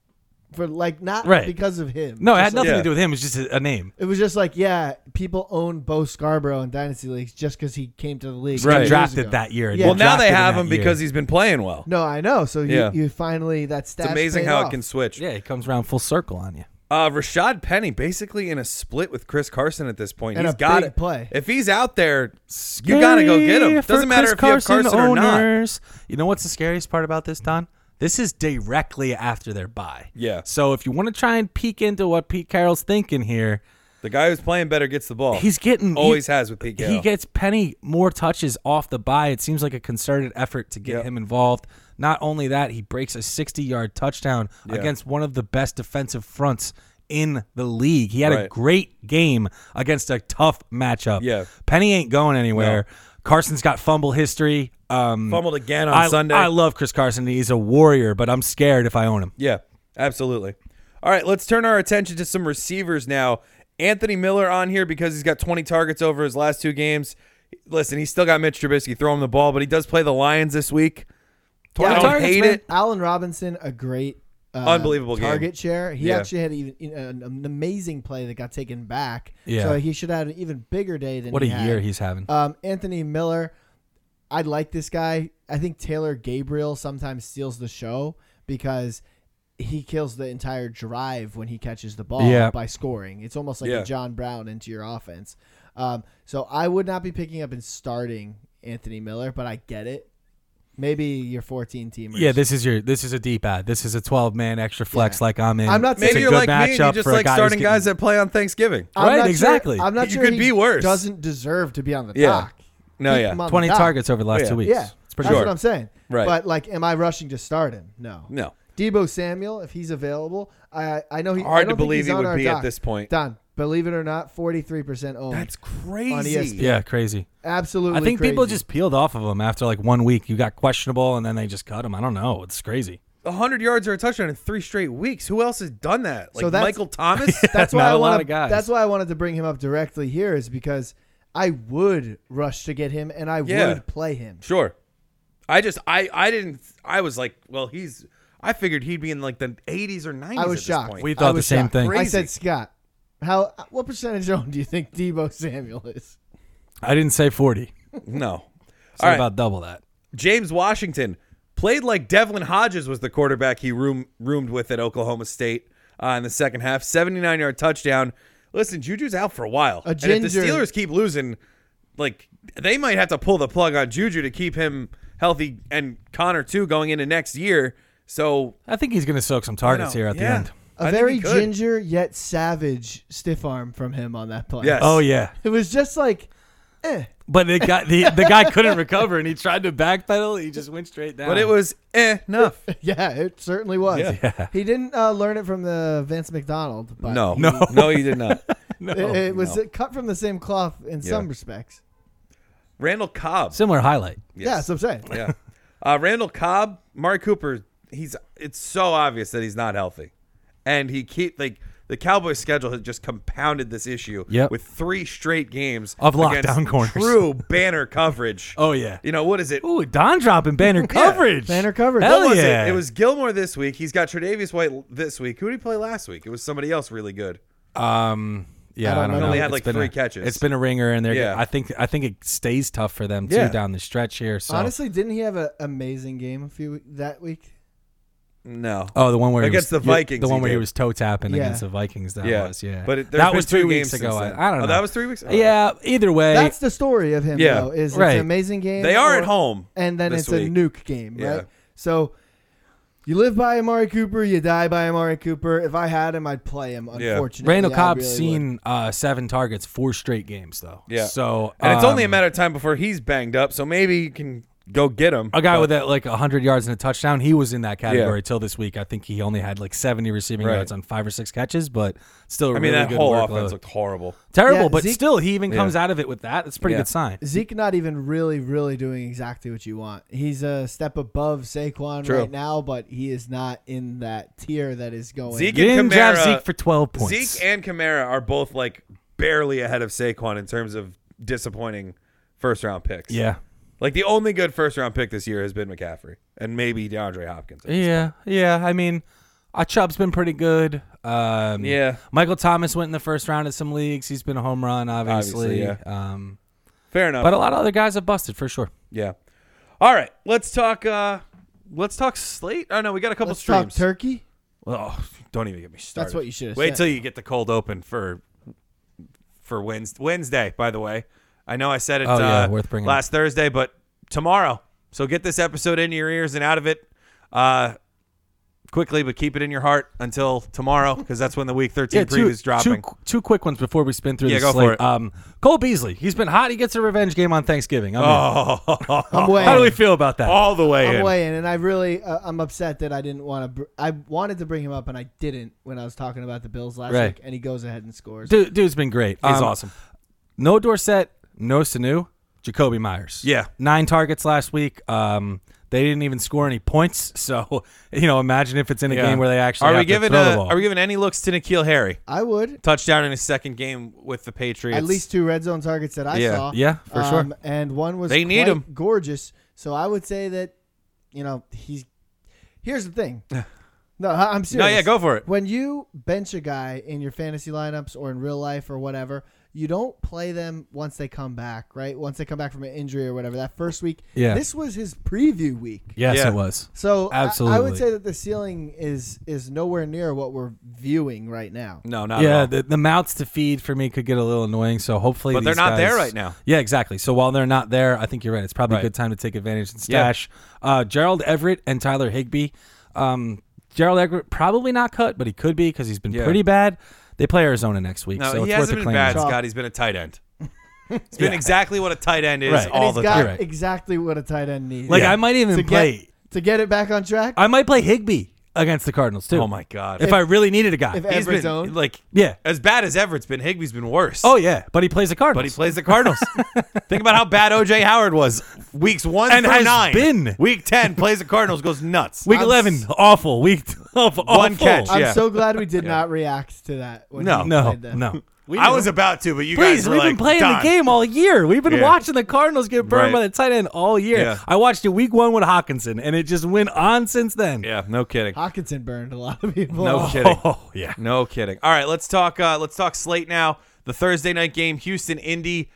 D: for like not
C: Right.
D: because of him.
C: no, it
D: Just
C: had
D: like-
C: nothing
A: Yeah.
C: to do with him. It was just a, a name.
D: It was just like, yeah, people own Bo Scarborough in dynasty leagues just because he came to the league.
A: Right.
D: years
C: Drafted
D: ago.
C: that year.
D: Yeah.
A: Well, now they
C: Drafted in
A: have
C: that
A: him
C: year.
A: because he's been playing well.
D: No, I know. So you,
A: Yeah.
D: you finally that stat.
A: It's amazing how it can switch.
C: yeah, he comes around full circle on you.
A: Uh, Rashad Penny basically in a split with Chris Carson at this point.
D: And
A: he's
D: a
A: got
D: big
A: it.
D: play.
A: If he's out there, you gotta go get him.
C: Scary for
A: Doesn't matter
C: Chris
A: if you have Carson or not.
C: owners. You know what's the scariest part about this, Don? This is directly after their bye.
A: Yeah.
C: So if you want to try and peek into what Pete Carroll's thinking here,
A: the guy who's playing better gets the ball.
C: he's getting
A: always
C: he-
A: has with Pete Carroll.
C: He gets Penny more touches off the bye. It seems like a concerted effort to get
A: Yep.
C: him involved. Not only that, he breaks a 60-yard touchdown against one of the best defensive fronts in the league. He had a
A: Right.
C: great game against a tough matchup.
A: Yeah.
C: Penny ain't going anywhere. Carson's got fumble history. Um,
A: fumbled again on
C: I,
A: Sunday.
C: I love Chris Carson. He's a warrior, but I'm scared if I own him.
A: Yeah, absolutely. All right, let's turn our attention to some receivers now. Anthony Miller on here because he's got 20 targets over his last two games. Listen, he's still got Mitch Trubisky throw him the ball, but he does play the Lions this week. I don't
C: targets,
A: hate
C: man.
A: it.
D: Allen Robinson, a great, uh,
A: Unbelievable game.
D: target share. He
A: Yeah.
D: actually had even, an, an amazing play that got taken back.
C: Yeah.
D: So he should have had an even bigger day than
C: What a
D: he had.
C: year he's having.
D: Um, Anthony Miller, I like this guy. I think Taylor Gabriel sometimes steals the show because he kills the entire drive when he catches the ball
C: Yeah.
D: by scoring. It's almost like
A: Yeah.
D: a John Brown into your offense. Um, so I would not be picking up and starting Anthony Miller, but I get it. Maybe your 14 teamers.
C: yeah, this is your this is a deep ad. This is a 12 man extra flex
D: Yeah.
C: like I'm in.
D: I'm not saying-
C: It's a
A: Maybe you're like
C: good
A: me and you
C: matchup
A: just
C: for a
A: like
C: guy who's
A: starting
C: getting-
A: guys that play on Thanksgiving.
D: I'm
C: Right,
D: not sure-
C: exactly.
D: I'm not
A: You
D: sure
A: could
D: he
A: be worse.
D: Doesn't deserve to be on the
A: Yeah.
D: dock.
A: No,
D: Keep
A: yeah. Oh,
D: him on the
C: 20
D: dock.
C: targets over the last
A: Yeah.
C: two weeks.
D: Yeah,
C: It's pretty
D: that's
A: Sure.
D: what I'm saying.
A: Right.
D: But like, am I rushing to start him? No.
A: No.
D: Debo Samuel, if he's available, I I know he.
A: Hard
D: I don't
A: to
D: think he's
A: believe he
D: on
A: would
D: our
A: be at
D: dock.
A: this point.
D: Don, Believe it or not, 43% owned.
A: That's crazy.
C: E
D: ESPN.
C: Yeah, crazy.
D: absolutely
C: I think people
D: crazy.
C: just peeled off of him after like one week. You got questionable, and then they just cut him. I don't know. It's crazy.
A: 100 yards or a touchdown in three straight weeks. Who else has done that? Like
D: So that's-
A: Michael
C: [LAUGHS]
A: Thomas? [LAUGHS]
D: that's why
C: Not
D: I
C: a lot
D: wanna-
C: of guys.
D: That's why I wanted to bring him up directly here is because I would rush to get him and I
A: Yeah.
D: would play him.
A: sure. I just, I, I didn't, I was like, well, he's, I figured he'd be in like the 80s or 90s.
D: I was
A: at this
D: shocked.
A: point.
C: We
D: I
C: thought the
D: was
C: same
D: shocked.
C: thing.
D: I
A: Crazy.
D: said, Scott, how what percentage owned do you think Debo Samuel is?
C: I didn't say forty.
A: No.
C: So
A: All right.
C: about double that.
A: James Washington played like Devlin Hodges was the quarterback he room, roomed with at Oklahoma State uh, in the second half. 79 yard touchdown. Listen, Juju's out for a while.
D: A
A: And if the
D: ginger.
A: Steelers keep losing, like they might have to pull the plug on Juju to keep him healthy and Connor too going into next year. So
C: I think he's going to soak some
A: you
C: targets
A: know,
C: here at the
A: yeah.
C: end.
D: A
A: I think
D: very
A: he could.
D: ginger yet savage stiff arm from him on that play.
A: Yes.
C: Oh yeah,
D: [LAUGHS] It was just like [LAUGHS]
C: but the guy the, the guy couldn't recover, and he tried to backpedal. He just went straight down.
A: But it was eh,
C: [LAUGHS]
A: enough.
D: yeah, it certainly was.
A: Yeah.
D: He didn't uh, learn it from the Vance McDonald, but
A: no,
D: he-
A: no, no, you did not.
C: No.
D: it, it was cut from the same cloth in some respects.
A: [LAUGHS] Randall Cobb.
C: [LAUGHS] similar highlight.
D: Yeah, that's what I'm saying.
A: yeah. Uh, Randall Cobb, Mari Cooper, he's it's so obvious that he's not healthy. And he keep like the Cowboys schedule has just compounded this issue
C: Yep.
A: with three straight games
C: Of
A: against
C: lockdown [LAUGHS] corners.
A: True banner coverage.
C: Oh, yeah.
A: You know, what is it?
C: Ooh, Don
A: [LAUGHS]
C: dropping banner coverage.
D: Banner coverage.
C: Hell
A: What was
C: yeah!
A: it? It was Gilmore this week. He's got Tredavious White l- this week. Who did he play last week? It was somebody else really good.
C: Um, yeah, I
D: don't
C: don't,
D: know.
C: know.
D: Only
A: had,
C: It's
A: like,
C: been
A: three
C: a-
A: catches.
C: It's been a ringer, and they're.
A: Yeah.
C: I think I think it stays tough for them too
A: Yeah.
C: down the stretch here. So
D: Honestly, didn't he have an amazing game a few we- that week?
A: No.
C: oh, the one where he
A: Against
C: was-
A: the Vikings,
C: the one
A: he
C: where he
A: did.
C: was toe tapping
D: Yeah.
C: against the Vikings. That
A: Yeah.
C: was yeah.
A: But it- there's
C: that
A: been
C: was three
A: two
C: weeks
A: games
C: ago.
A: since then.
C: I, I don't
A: Oh,
C: know.
A: that was three weeks? Oh.
C: Yeah. Either way,
D: That's the story of him,
A: Yeah.
D: though. Is it's
C: Right.
D: an amazing game.
A: They are
D: or-
A: at home
D: and then
A: this
D: it's a
A: week.
D: nuke game,
A: Yeah.
D: right? So you live by Amari Cooper, you die by Amari Cooper. If I had him, I'd play him.
A: Yeah.
D: Unfortunately,
C: Randall
D: I
C: Cobb's
D: really would.
C: seen uh, seven targets, four straight games though.
A: Yeah.
C: So
A: And it's only a
C: um,
A: matter of time before he's banged up, so maybe you can go get him.
C: a guy
A: But-
C: with that like 100 yards and a touchdown he was in that category
A: Yeah.
C: till this week i think he only had like 70 receiving
A: Right.
C: yards on five or six catches but still a
A: I mean,
C: really
A: that
C: good
A: whole
C: workload.
A: offense looked horrible.
C: terrible
D: Yeah,
C: but
D: Zeke-
C: still he even comes out of it with that that's a pretty
A: Yeah.
C: good sign
D: Zeke not even really, really doing exactly what you want. He's a step above Saquon
A: True.
D: right now, but he is not in that tier that is going.
A: Zeke
C: you
A: and
C: didn't draft
A: Kamara-
C: zeke for 12 points
A: uh, Zeke and Kamara are both like barely ahead of Saquon in terms of disappointing first round picks.
C: yeah
A: Like the only good first round pick this year has been McCaffrey and maybe DeAndre Hopkins.
C: yeah yeah i mean uh, chubb's been pretty good um,
A: Yeah.
C: michael thomas went in the first round of some leagues he's been a home run obviously,
A: Obviously, yeah.
C: um,
A: Fair enough.
C: but a lot of other guys have busted for sure
A: yeah. All right. Let's talk uh let's talk slate. Oh no, we got a couple
D: Let's talk
A: streams.
D: turkey.
A: oh, [LAUGHS] don't even get me started.
D: That's what you should have
A: Wait
D: said.
A: till you get the cold open for for Wednesday. Wednesday, by the way. I know I said it
C: Oh, yeah,
A: uh,
C: worth bringing
A: last Thursday, but tomorrow. So get this episode into your ears and out of it uh, quickly, but keep it in your heart until tomorrow because that's when the week 13 preview is dropping. [LAUGHS]
C: Two, two quick ones before we spin through
A: Yeah,
C: this
A: go for
C: slate.
A: it.
C: Um, Cole Beasley, he's been hot. He gets a revenge game on Thanksgiving. I'm in.
A: oh,
D: I'm weighing.
C: How do we feel about that?
A: all the way
D: I'm
A: in.
D: weighing, and I really uh, I'm upset that I didn't want to. Br- I wanted to bring him up, and I didn't when I was talking about the Bills last
C: Right.
D: week. And he goes ahead and scores.
C: Dude, dude's been great.
A: He's
C: Um,
A: awesome.
C: No Dorset, no Sanu, Jacoby Myers.
A: Yeah.
C: nine targets last week. Um, they didn't even score any points. [LAUGHS] So you know, imagine if it's in a
A: Yeah.
C: game where they actually
A: are we
C: have to
A: giving
C: throw the
A: uh,
C: ball.
A: are we giving any looks to Nikhil Harry
D: I would
A: touchdown in his second game with the Patriots?
D: at least two red zone targets that I
A: Yeah.
D: saw. Um,
C: Yeah, for sure.
D: And one was
A: They need
D: quite
A: him.
D: gorgeous. So I would say that you know he's. Here's the thing. No, I- I'm
A: no,
D: serious.
A: yeah, go for it.
D: When you bench a guy in your fantasy lineups or in real life or whatever, you don't play them once they come back, right? Once they come back from an injury or whatever. That first week,
C: Yeah.
D: this was his preview week.
C: yes,
A: Yeah.
C: it was.
D: So I- I,
C: Absolutely.
D: would say that the ceiling is is nowhere near what we're viewing right now.
A: No, not at
C: yeah,
A: all.
C: the, the mouths to feed for me could get a little annoying. So hopefully,
A: But they're
C: these
A: not there
C: guys-
A: right now.
C: Yeah, exactly. So while they're not there, I think you're right. It's probably
A: Right.
C: a good time to take advantage and
A: Yeah.
C: stash uh, Gerald Everett and Tyler Higby. Um, Gerald Everett probably not cut, but he could be because he's been
A: Yeah.
C: pretty bad. They play Arizona next week,
A: No,
C: so
A: he
C: it's worth
A: hasn't
C: a
A: been
C: claim.
A: bad,
D: Chalk.
A: Scott. He's been a tight end. It's been
C: Yeah.
A: exactly what a tight end is
C: Right. And
D: And
A: all
D: he's
A: the
D: got
A: time.
C: You're right.
D: exactly what a tight end needs.
C: Like
A: Yeah.
C: I might even
D: to
C: play.
D: get to get it back on track.
C: I might play Higby. against the Cardinals too.
A: Oh my God.
C: If, I really needed a guy,
D: If
A: He's
D: Everett's
A: been
D: own,
A: like
C: yeah.
A: as bad as Everett's been. Higby's been worse.
C: Oh yeah, but he plays the Cardinals.
A: but he plays the
C: [LAUGHS]
A: Cardinals. Think about how bad OJ Howard was weeks one
C: And
A: through
C: has
A: nine.
C: been.
A: week ten plays the Cardinals goes nuts.
C: Week
D: I'm
C: eleven,
D: s-
C: awful. Week [LAUGHS] twelve, awful.
A: One catch.
D: I'm
A: yeah.
D: so glad we did not react to that. When
A: No.
D: you
C: No,
D: played that.
C: no.
A: I was about to, but you
C: Please,
A: guys were
C: we've
A: like
C: been playing
A: done.
C: the game all year. We've been
A: Yeah.
C: watching the Cardinals get burned
A: Right.
C: by the tight end all year.
A: Yeah.
C: I watched it week one with Hawkinson, and it just went on since then.
A: Yeah, no kidding.
D: Hawkinson burned a lot of people. [LAUGHS]
A: No
D: off.
A: kidding.
C: Oh [LAUGHS] yeah.
A: No kidding. All right, let's talk. Uh, let's talk slate now. The Thursday night game, Houston Indy.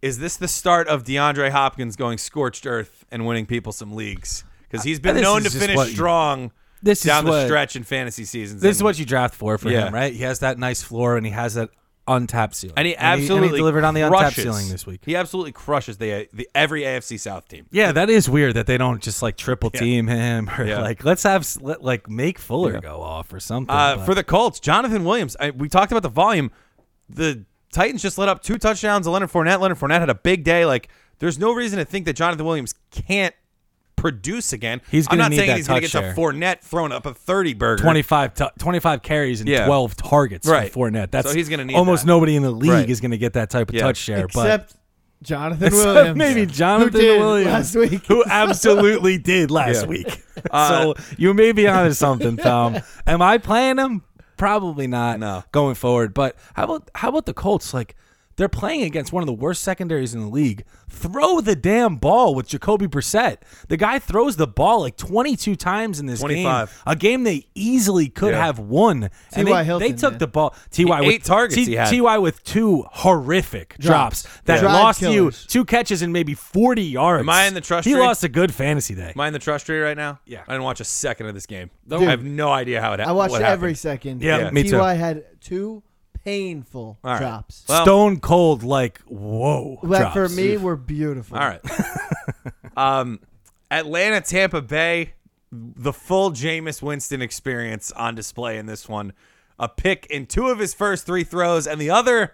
A: Is this the start of DeAndre Hopkins going scorched earth and winning people some leagues? Because he's been
C: This
A: known
C: is
A: to
C: just
A: finish
C: what you-
A: strong
C: This is
A: down the
C: what-
A: stretch in fantasy seasons.
C: This is
A: And-
C: what you draft for for
A: Yeah.
C: him, right? He has that nice floor, and he has that untapped ceiling,
A: and he
C: and
A: absolutely
C: delivered on the untapped
A: crushes.
C: ceiling this week.
A: He absolutely crushes the, the every AFC South team.
C: Yeah, that is weird that they don't just like triple team him or
A: Yeah.
C: like let's have s- let, like make Fuller go off or something.
A: Uh,
C: but-
A: for the Colts, Jonathan Williams. I, we talked about the volume. The Titans just let up two touchdowns to Leonard Fournette. Leonard Fournette had a big day. Like, there's no reason to think that Jonathan Williams can't produce again.
C: He's
A: I'm
C: gonna
A: not
C: need
A: saying
C: that
A: he's gonna
C: touch
A: get
C: share.
A: to Fournette throwing up a 30 burger.
C: 25, t- 25 carries and
A: Yeah.
C: 12 targets
A: Right.
C: for Fournette. That's
A: So he's gonna need
C: almost
A: that.
C: nobody in the league
A: Right.
C: is going to get that type of
A: Yeah.
C: touch share.
D: Except Jonathan
C: but
D: Williams.
C: maybe
D: who
C: Jonathan
D: did
C: Williams
D: last week. [LAUGHS]
C: who absolutely did last
A: Yeah.
C: week.
A: [LAUGHS] Uh,
C: so you may be onto something, Tom. Am I playing him? Probably not.
A: No.
C: going forward. But how about how about the Colts? Like they're playing against one of the worst secondaries in the league. Throw the damn ball with Jacoby Brissett. The guy throws the ball like 22 times in this
A: 25.
C: game. A game they easily could
A: Yeah.
C: have won. And
D: T.Y.
C: they,
D: Hilton,
C: they took
D: man.
C: the ball. Ty
A: Eight
C: with,
A: targets he had.
C: Ty with two horrific drops,
D: Drops.
C: that
D: Drive
C: lost you
D: killers.
C: two catches and maybe 40 yards.
A: Am I in the trust
C: He
A: tree?
C: lost a good fantasy day.
A: Am I in the trust tree right now?
C: Yeah.
A: I didn't watch a second of this game.
D: Dude.
A: I have no idea how it
D: I
A: happened.
D: watched
A: what
D: every
A: happened.
D: second.
C: Yeah,
A: Yeah.
C: me too.
D: Ty had two painful
A: All right.
D: drops
A: Well-
C: Stone cold, like whoa.
D: that
C: drops.
D: for me were beautiful.
A: All
D: [LAUGHS]
A: right. um, Atlanta, Tampa Bay, the full Jameis Winston experience on display in this one. A pick in two of his first three throws, and the other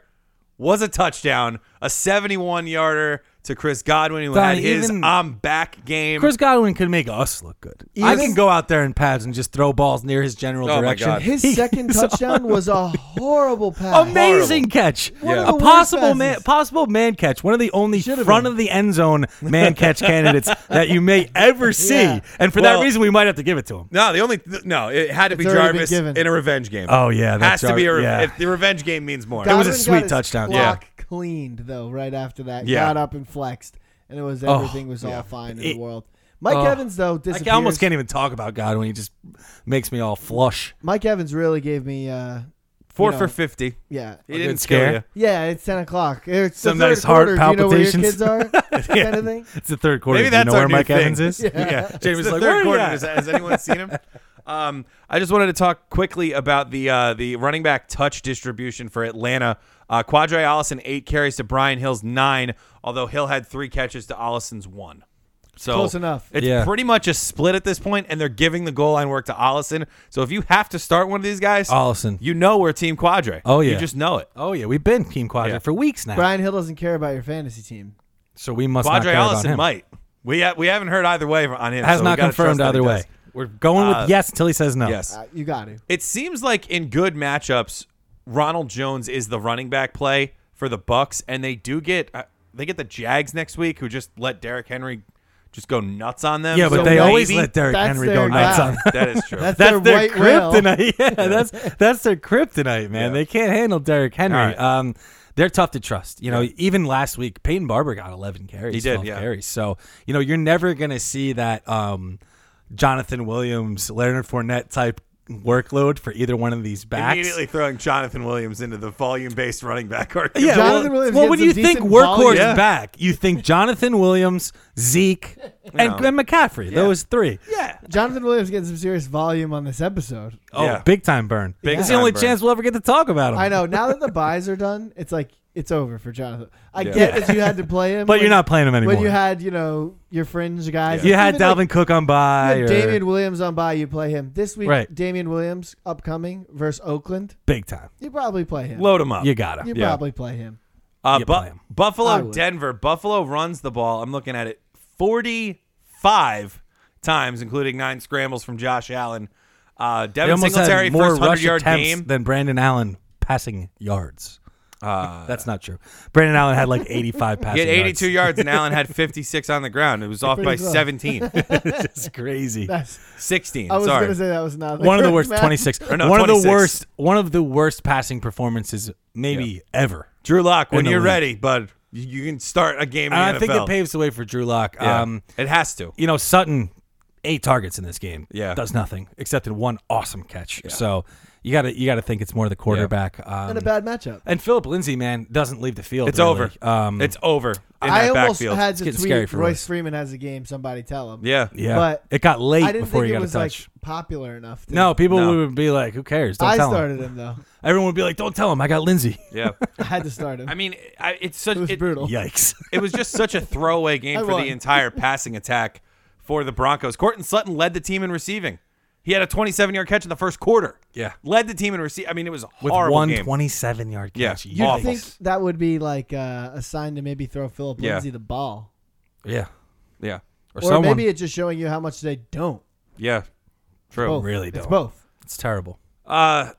A: was a touchdown, a 71 yarder to Chris Godwin, who
C: Don,
A: had his
C: even-
A: I'm back game.
C: Chris Godwin could make us look good. I
D: Even-
C: can go out there in pads and just throw balls near his general
A: Oh my
C: direction.
A: God.
D: His
C: He- [LAUGHS]
D: second
C: he's
D: touchdown was a
C: [LAUGHS]
D: horrible pass.
C: Amazing catch.
D: One of
C: A
D: the worst
C: possible
D: passes.
C: man, possible man catch. One of the only
D: Should've
C: front
D: been.
C: of the end zone
D: [LAUGHS]
C: man catch candidates that you may ever see.
D: Yeah.
C: And for
A: Well-
C: that reason, we might have to give it to him.
A: no, the only th- no, it had to be
D: already been
A: Jarvis
D: given.
A: in a revenge game.
C: Oh, yeah, that
A: has to be a
C: Jar-
A: re-
C: yeah.
A: if the revenge game means more.
C: was a
D: Godwin got
C: sweet
D: his
C: touchdown.
D: Block cleaned though right after that.
A: Yeah.
D: Got up and flexed, and it was everything was all fine in
C: Oh, It-
D: the world. Mike
C: Oh.
D: Evans though
C: I
D: disappears.
C: almost can't even talk about Godwin. He just makes me all flush.
D: Mike Evans really gave me. Uh,
A: Four
D: you
A: for
D: know,
A: fifty.
D: Yeah.
A: He didn't
C: scare.
A: scare you.
D: Yeah, it's ten o'clock. It's the
C: Some
D: third
C: nice heart
D: quarter. Do
C: palpitations.
D: you know where your kids
C: [LAUGHS]
D: are? Kind of thing.
C: It's the third quarter.
A: Maybe
C: Do you
A: that's
C: know
A: our
C: where
A: new
C: Mike
A: thing.
C: Evans is.
A: Yeah,
C: Jamie's
A: It's the
C: like, "Where
A: third
C: you
A: quarter.
C: at?"
A: Has, has anyone seen him? Um, I just wanted to talk quickly about the uh, the running back touch distribution for Atlanta. Uh, Quadre Allison eight carries to Brian Hill's nine, although Hill had three catches to Allison's one. So
D: Close enough.
A: It's
C: Yeah.
A: pretty much a split at this point, and they're giving the goal line work to Allison. So if you have to start one of these guys,
C: Allison.
A: you know we're Team Quadre.
C: Oh, yeah.
A: you just know it.
C: Oh yeah, we've been Team Quadrant
A: Yeah.
C: for weeks now.
D: Brian Hill doesn't care about your fantasy team.
C: So we must not
A: Quadre
C: care about
A: Allison
C: him.
A: might. We ha- we haven't heard either way on him.
C: Has
A: so we
C: not
A: gotta trust
C: confirmed
A: that he
C: either way.
A: does.
C: We're going
A: Uh,
C: with yes until he says no.
A: Yes.
D: Uh, you got to.
A: It seems like in good matchups, Ronald Jones is the running back play for the Bucks, and they do get uh, they get the Jags next week, who just let Derrick Henry just go nuts on them.
C: Yeah, but
A: So
C: they
A: maybe-
C: always let Derrick
D: that's
C: Henry
D: their
C: go nuts
D: guy.
C: on.
A: [LAUGHS] that is true.
D: That's,
C: That's their
D: white whale.
C: kryptonite. [LAUGHS] Yeah, that's that's their kryptonite, man. They can't handle Derrick Henry.
A: All right.
C: Um, they're tough to trust. You know, even last week, Peyton Barber got 11 carries.
A: He did,
C: 12
A: yeah.
C: Carries. So you know, you're never gonna see that um, Jonathan Williams, Leonard Fournette type workload for either one of these backs.
A: Immediately throwing Jonathan Williams into the volume based running back [LAUGHS] argument.
C: Yeah,
D: Jonathan
C: well,
D: Williams
C: well
D: gets
C: when
D: a
C: you think
D: decent
C: workhorse
D: volume.
A: Yeah.
C: back, you think Jonathan Williams, Zeke, and,
A: No.
C: and McCaffrey. Those three.
A: Yeah.
D: Jonathan Williams getting some serious volume on this episode.
C: Oh,
A: Yeah.
C: big time burn.
A: Big
C: it's the
A: time
C: only
A: burn.
C: chance we'll ever get to talk about him.
D: I know. Now
C: [LAUGHS]
D: that the buys are done, it's like it's over for Jonathan. I
A: Yeah.
D: get that you had to play him,
C: But
D: when-
C: you're not playing him anymore.
D: When you had, you know, your fringe guys,
C: You had Dalvin
D: Even,
C: Cook on by.
D: like,
C: or-
D: Damian Williams on by. You play him this week.
C: Right.
D: Damian Williams upcoming versus Oakland.
C: big time.
D: You probably play him.
A: Load him up.
C: You got him.
D: you
A: yeah.
D: probably play him.
A: Uh,
C: You
A: Bu-
C: play him.
D: I
A: Buffalo,
D: would.
A: Denver. Buffalo runs the ball. I'm looking at it 45 times, including nine scrambles from Josh Allen. Uh,
C: They
A: Devin
C: almost
A: Singletary
C: had more
A: first hundred
C: rush
A: yard
C: attempts
A: game.
C: than Brandon Allen passing yards. That's not true. Brandon Allen had like
A: [LAUGHS]
C: 85 passing
A: Uh, He had 82
C: yards.
A: yards and Allen had 56 on the ground. It was off
D: pretty
A: by
D: close. [LAUGHS]
A: 17,
C: [LAUGHS] It's crazy.
D: That's,
A: 16.
D: I was
A: sorry.
D: gonna say that was not
C: one of
D: [LAUGHS]
C: the
A: [LAUGHS]
D: correct
C: worst
D: math.
C: 26
A: Or no,
C: one of
A: 26.
C: the worst one of the worst passing performances maybe ever
A: Drew Lock, when
C: In the
A: you're
C: league.
A: ready, bud, you- you can start a game. In
C: and
A: the
C: i think
A: NFL.
C: it paves the way for drew lock
A: Yeah.
C: um
A: it has to.
C: you know sutton eight targets in this game
A: Yeah.
C: does nothing except in one awesome catch so you gotta you gotta think it's more the quarterback
D: and
C: um, and,
D: a bad matchup.
C: philip lindsay man doesn't leave the field
A: It's
C: really.
A: over.
C: um
A: it's over. In
D: I
A: that
D: almost
A: backfield.
D: had to
C: getting
D: tweet
C: scary for
D: Royce
C: Royce.
D: Freeman has a game. Somebody tell him.
A: yeah.
C: yeah
D: but
C: it got late
D: I didn't
C: before
D: think
C: you
D: it
C: got
D: was
C: a touch
D: like popular enough. to-
C: no people
A: No.
C: would be like who cares don't
D: I
C: tell
D: started
C: him
D: him though.
C: everyone would be like don't tell him i
A: [LAUGHS]
C: got lindsay
A: Yeah.
D: I had to start
C: [LAUGHS]
D: him.
A: I mean, I, it's such.
D: it was
A: it-
D: brutal.
A: [LAUGHS]
C: yikes
A: it was just such a
D: [LAUGHS]
A: throwaway game
D: I
A: for
D: won.
A: the entire passing attack for the Broncos. Corton Sutton led the team in receiving. He had a 27 yard catch in the first quarter.
C: Yeah.
A: Led the team in receiving. I mean, it was a
C: with
A: horrible
C: one
A: game.
C: 27 yard
A: Yeah.
C: catch
A: You'd
D: I
A: awful.
D: think that would be like uh, a sign to maybe throw Philip
A: Yeah.
D: Lindsay the ball,
C: Yeah.
A: Yeah.
C: Or,
D: or
C: someone
D: maybe it's just showing you how much they don't.
A: Yeah. True.
D: Both.
C: really
D: It's
C: don't.
D: both.
C: It's terrible.
A: Uh,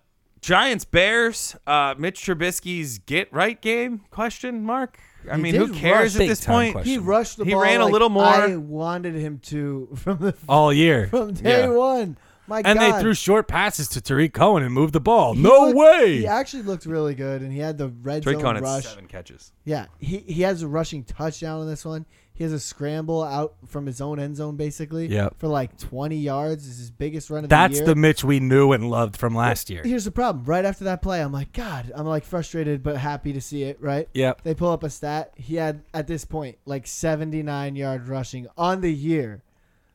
A: Giants Bears. Uh, Mitch Trubisky's get right game? Question mark. I
D: He
A: mean,
D: did
A: who cares
C: rush
A: at this
C: big time
A: point?
C: question.
D: He rushed the
A: He
D: ball.
A: ran a
D: like
A: little more.
D: I wanted him to [LAUGHS] from the
C: All
D: [LAUGHS]
C: year.
D: from day
A: Yeah.
D: one. My
C: And
D: God.
C: they threw short passes to Tariq Cohen and moved the ball.
D: He
C: no
D: looked-
C: way.
D: He actually looked really good, and he had the red
A: Drake
D: zone
A: Cohen had
D: rush.
A: seven catches.
D: Yeah, he he has a rushing touchdown in this one. He has a scramble out from his own end zone, basically.
C: Yep.
D: For like 20 yards, is his biggest run of the
C: That's
D: year.
C: the Mitch we knew and loved from last year.
D: Here's the problem. Right after that play, I'm like, God, I'm like frustrated but happy to see it. Right.
C: Yep.
D: They pull up a stat. He had at this point like 79 yard rushing on the year.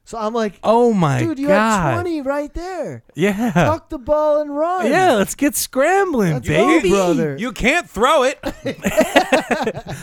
D: So I'm like,
C: Oh my
D: dude, you
C: god.
D: had 20 right there.
C: Yeah.
D: Tuck the ball and run.
C: Yeah, let's get scrambling,
D: Let's go,
C: baby.
D: brother.
A: You can't throw it. [LAUGHS]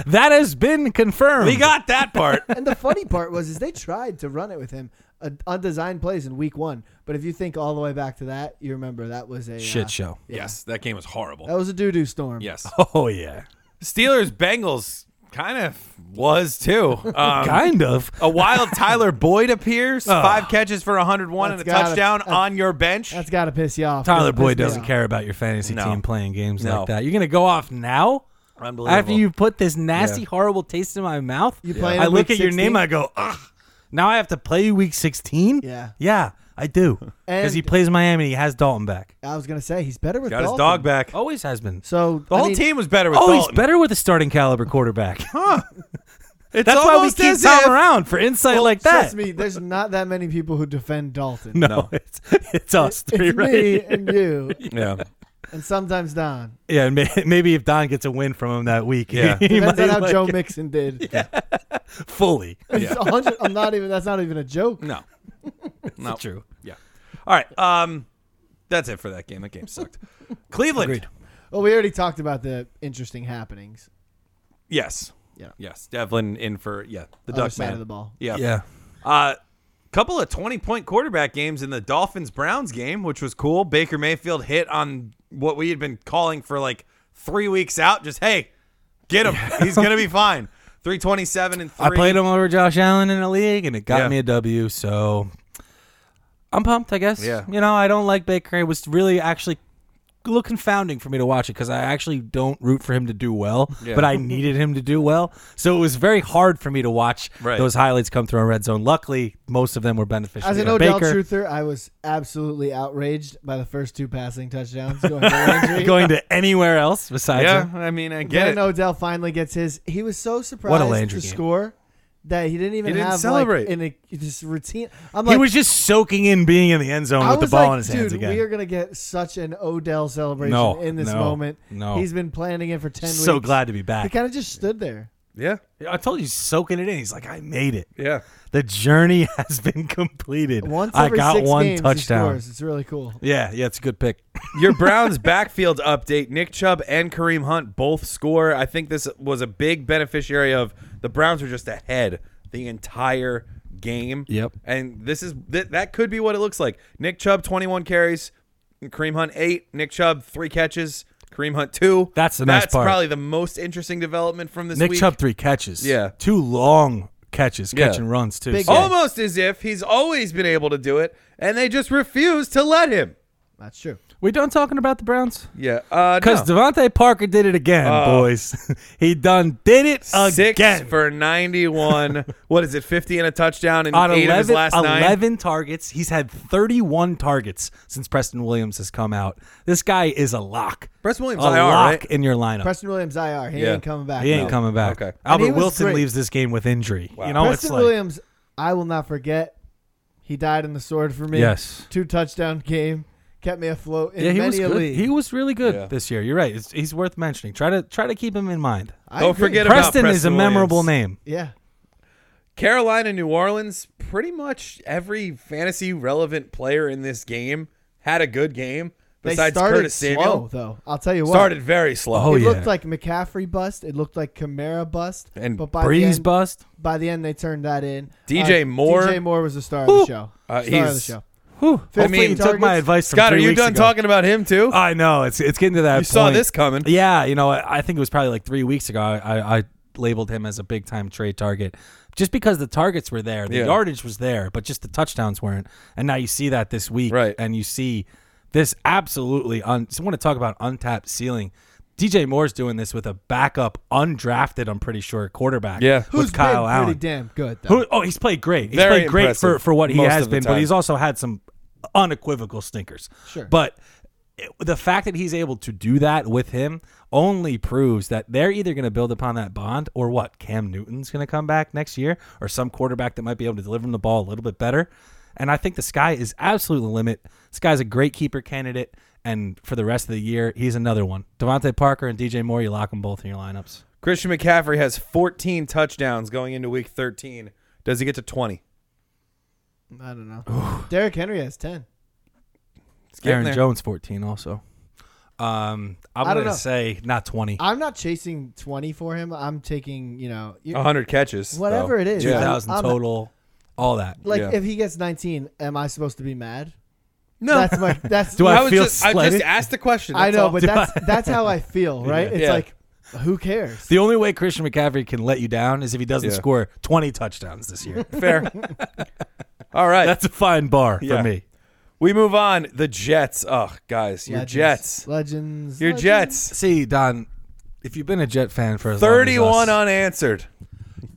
C: That has been confirmed.
A: we got that part.
D: and the funny part was is they tried to run it with him uh, on design plays in week one. But if you think all the way back to that, you remember that was a uh,
C: shit show.
A: [LAUGHS] Yes, that game was horrible.
D: That was a doo doo storm.
A: Yes.
C: Oh yeah.
A: Steelers Bengals kind of was
D: [LAUGHS]
A: too. Um,
C: Kind of.
A: a wild Tyler Boyd appears, five catches for 101
D: That's
A: and a
D: gotta-
A: touchdown
D: that's-
A: on your bench.
D: That's gotta piss you off.
C: Tyler
D: That's pissed
C: Boyd
D: me
C: doesn't
D: off.
C: care about your fantasy
A: No.
C: team playing games
A: No.
C: like that. You're gonna go off now?
A: Unbelievable.
C: After you put this nasty, horrible taste in my mouth,
D: You playing
C: I
D: in
C: look at
D: week
C: your
D: 16?
C: name, I go, ugh. Now I have to play you week 16?
D: Yeah.
C: Yeah, I do. Because he
D: And-
C: plays Miami, he has Dalton back.
D: I was gonna say he's better with
A: got his
D: Dalton.
A: dog back.
C: Always has been.
D: So
A: The
D: I
A: whole
D: mean, oh,
A: team was better with
C: Always
A: Dalton.
C: better with a starting caliber quarterback.
A: It's
C: That's why we
A: almost
C: keep
A: as
C: Tom
A: if-
C: around for insight like that.
D: Trust me, there's not that many people who defend Dalton.
C: No, It's, it's us three,
D: It's
C: right?
D: me and
C: [LAUGHS]
D: you,
A: Yeah.
D: and sometimes Don.
C: Yeah, and may- [LAUGHS] maybe if Don gets a win from him that week,
A: Yeah.
C: [LAUGHS] he
D: Depends
C: might
D: on how
C: like
D: Joe
C: it
D: Mixon did.
C: fully.
D: It's 100 I'm not even. That's not even a joke.
A: [LAUGHS] No. No.
D: [LAUGHS]
C: [LAUGHS] True.
A: Yeah. All right. Um, that's it for that game. That game
C: [LAUGHS]
A: sucked. Cleveland.
C: Agreed.
D: Well, we already talked about the interesting happenings.
A: Yes.
D: Yeah.
A: Yes. Devlin in for yeah the
D: Other
A: Duck
D: side
A: man.
D: of the ball.
A: Yeah.
C: Yeah.
A: Uh, couple of 20 point quarterback games in the Dolphins Browns game, which was cool. Baker Mayfield hit on what we had been calling for like three weeks out. Just, hey, get him. He's going to be fine. 327 and three.
C: I played him over Josh Allen in a league, and it got
A: Yeah.
C: me a W. So I'm pumped, I guess.
A: Yeah.
C: You know, I don't like Baker. It was really actually a little confounding for me to watch it because I actually don't root for him to do well,
A: Yeah.
C: but I needed him to do well. So it was very hard for me to watch
A: Right.
C: those highlights come through on red zone. Luckily, most of them were beneficial.
D: As an
C: to
D: Odell
C: Baker.
D: truther, I was absolutely outraged by the first two passing touchdowns going to
C: [LAUGHS]
D: Landry.
C: going to anywhere else besides
A: Yeah.
C: him.
A: I mean, I get
D: Then
A: it.
D: Odell finally gets his. He was so surprised
C: Landry
D: to
C: game.
D: score that he didn't even
A: He didn't
D: have
A: celebrate.
D: like in a this routine. I'm
C: he
D: like,
C: was just soaking in being in the end zone
D: I
C: with the
D: was
C: ball
D: like,
C: in his
D: dude,
C: hands again.
D: we are gonna get such an Odell celebration
C: No,
D: in this
C: no,
D: moment.
C: no.
D: he's been planning it for ten weeks.
C: so glad to be
D: He
C: back.
D: kind of just stood there.
A: Yeah.
C: I told you, he's soaking it in. He's like, I made it.
A: Yeah.
C: The journey [LAUGHS] has been completed.
D: Once
C: I
D: every
C: got
D: six
C: one
D: games, he
C: touchdown.
D: scores. It's really cool.
C: Yeah, yeah, it's a good pick.
A: Your Browns backfield update Nick Chubb and Kareem Hunt both score. I think this was a big beneficiary of the Browns were just ahead the entire game.
C: Yep.
A: And this is th- that could be what it looks like. Nick Chubb 21 carries, Kareem Hunt 8, Nick Chubb 3 catches, Kareem Hunt 2.
C: That's the nice
A: That's
C: part.
A: probably the most interesting development from this
C: Nick
A: week.
C: Chubb three catches.
A: Yeah.
C: two long catches, catch
A: Yeah.
C: and runs too.
D: Big
C: so-
D: game.
A: Almost as if he's always been able to do it and they just refuse to let him.
D: That's true.
C: We done talking about the Browns?
A: Yeah. Uh,
C: Because
A: no.
C: Devontae Parker did it again, boys. [LAUGHS] he done did it
A: Six
C: again.
A: for 91. what is it? 50 and a touchdown and
C: on
A: eight
C: 11,
A: of his last nine.
C: 11 targets. He's had 31 targets since Preston Williams has come out. This guy is a lock.
A: Preston Williams
C: a
A: IR,
C: lock
A: right?
C: in your lineup.
D: Preston Williams IR. He
A: Yeah.
D: ain't coming back.
C: he ain't
D: no.
C: coming back.
A: Okay.
D: And he
C: Albert
D: was
C: Wilson
D: great.
C: leaves this game with injury. You know,
D: Preston
C: it's like
D: Williams, I will not forget. He died in the sword for me.
C: Yes.
D: Two touchdown game. Kept me afloat in
C: yeah, he
D: many
C: was
D: a
C: good.
D: league.
C: He was really good
A: Yeah.
C: this year. You're right. It's, he's worth mentioning. Try to try to keep him in mind.
D: I
A: Don't
D: agree.
A: forget about
C: Preston, is a
A: Preston
C: memorable
A: Williams.
C: name.
D: Yeah.
A: Carolina, New Orleans, pretty much every fantasy relevant player in this game had a good game.
D: They
A: Besides
D: started
A: Curtis
D: slow,
A: Samuel,
D: though. I'll tell you what.
A: started very slow.
C: Oh,
D: it
C: yeah.
D: looked like McCaffrey bust. It looked like Kamara bust.
A: And
D: but by the
C: Breeze
D: end,
C: bust.
D: by the end they turned that in.
A: DJ Moore.
D: DJ Moore was the star
C: Woo.
D: of the show.
A: Uh,
D: star of the
A: he's-
D: show.
C: Whew.
D: Fifteen
C: Hopefully you took
D: targets.
C: my advice. From
A: Scott, are
C: three
A: you
C: weeks
A: done
C: ago.
A: talking about him too?
C: I know it's it's getting to that.
A: you saw
C: point.
A: this coming.
C: Yeah, you know, I, I think it was probably like three weeks ago. I, I, I labeled him as a big time trade target just because the targets were there, the
A: Yeah.
C: yardage was there, but just the touchdowns weren't. And now you see that this week,
A: Right.
C: And you see this absolutely. Un- so I want to talk about untapped ceiling. DJ Moore's doing this with a backup, undrafted. I'm pretty sure quarterback.
A: Yeah.
C: with
D: Who's
C: Kyle
D: been
C: Allen.
D: pretty damn good though.
C: Who, oh, he's played great. He's
A: Very
C: played great for,
A: impressive
C: for what he
A: most
C: has
A: of the
C: been, but
A: time.
C: he's also had some unequivocal stinkers.
D: Sure.
C: But it- the fact that he's able to do that with him only proves that they're either going to build upon that bond or what? Cam Newton's going to come back next year or some quarterback that might be able to deliver him the ball a little bit better. And I think the sky is absolutely the limit. This guy's a great keeper candidate. And for the rest of the year, he's another one. Devontae Parker and DJ Moore, you lock them both in your lineups.
A: Christian McCaffrey has 14 touchdowns going into week 13. Does he get to 20?
D: I don't know. Derrick Henry has ten.
A: It's getting
C: Aaron
A: there.
C: Jones, 14 also. Um, I'm
D: I don't
C: going to
D: know.
C: say not 20.
D: I'm not chasing twenty for him. I'm taking, you know, you-
A: 100 catches. though.
D: Whatever it is. Yeah.
C: 2,000
D: I'm- I'm-
C: total, all that.
D: like
A: Yeah.
D: if he gets nineteen, am I supposed to be mad?
A: No.
D: That's my that's
C: Do
A: [LAUGHS] I,
C: I
A: was
C: feel
A: just, I just
C: slighted?
A: asked the question.
D: I
A: that's
D: know,
A: all.
D: but that's that's how
A: [LAUGHS]
D: I feel, right? It's
A: Yeah.
D: like who cares?
C: The only way Christian McCaffrey can let you down is if he doesn't
A: Yeah.
C: score 20 touchdowns this
A: [LAUGHS]
C: year.
A: fair. all right.
C: That's a fine bar
A: Yeah.
C: for me.
A: we move on. The Jets. Oh, guys, your
D: Legends.
A: Jets.
D: Legends.
A: Your
D: legends.
A: Jets.
C: See, Don, if you've been a Jet fan for as long as us-
A: 31 unanswered.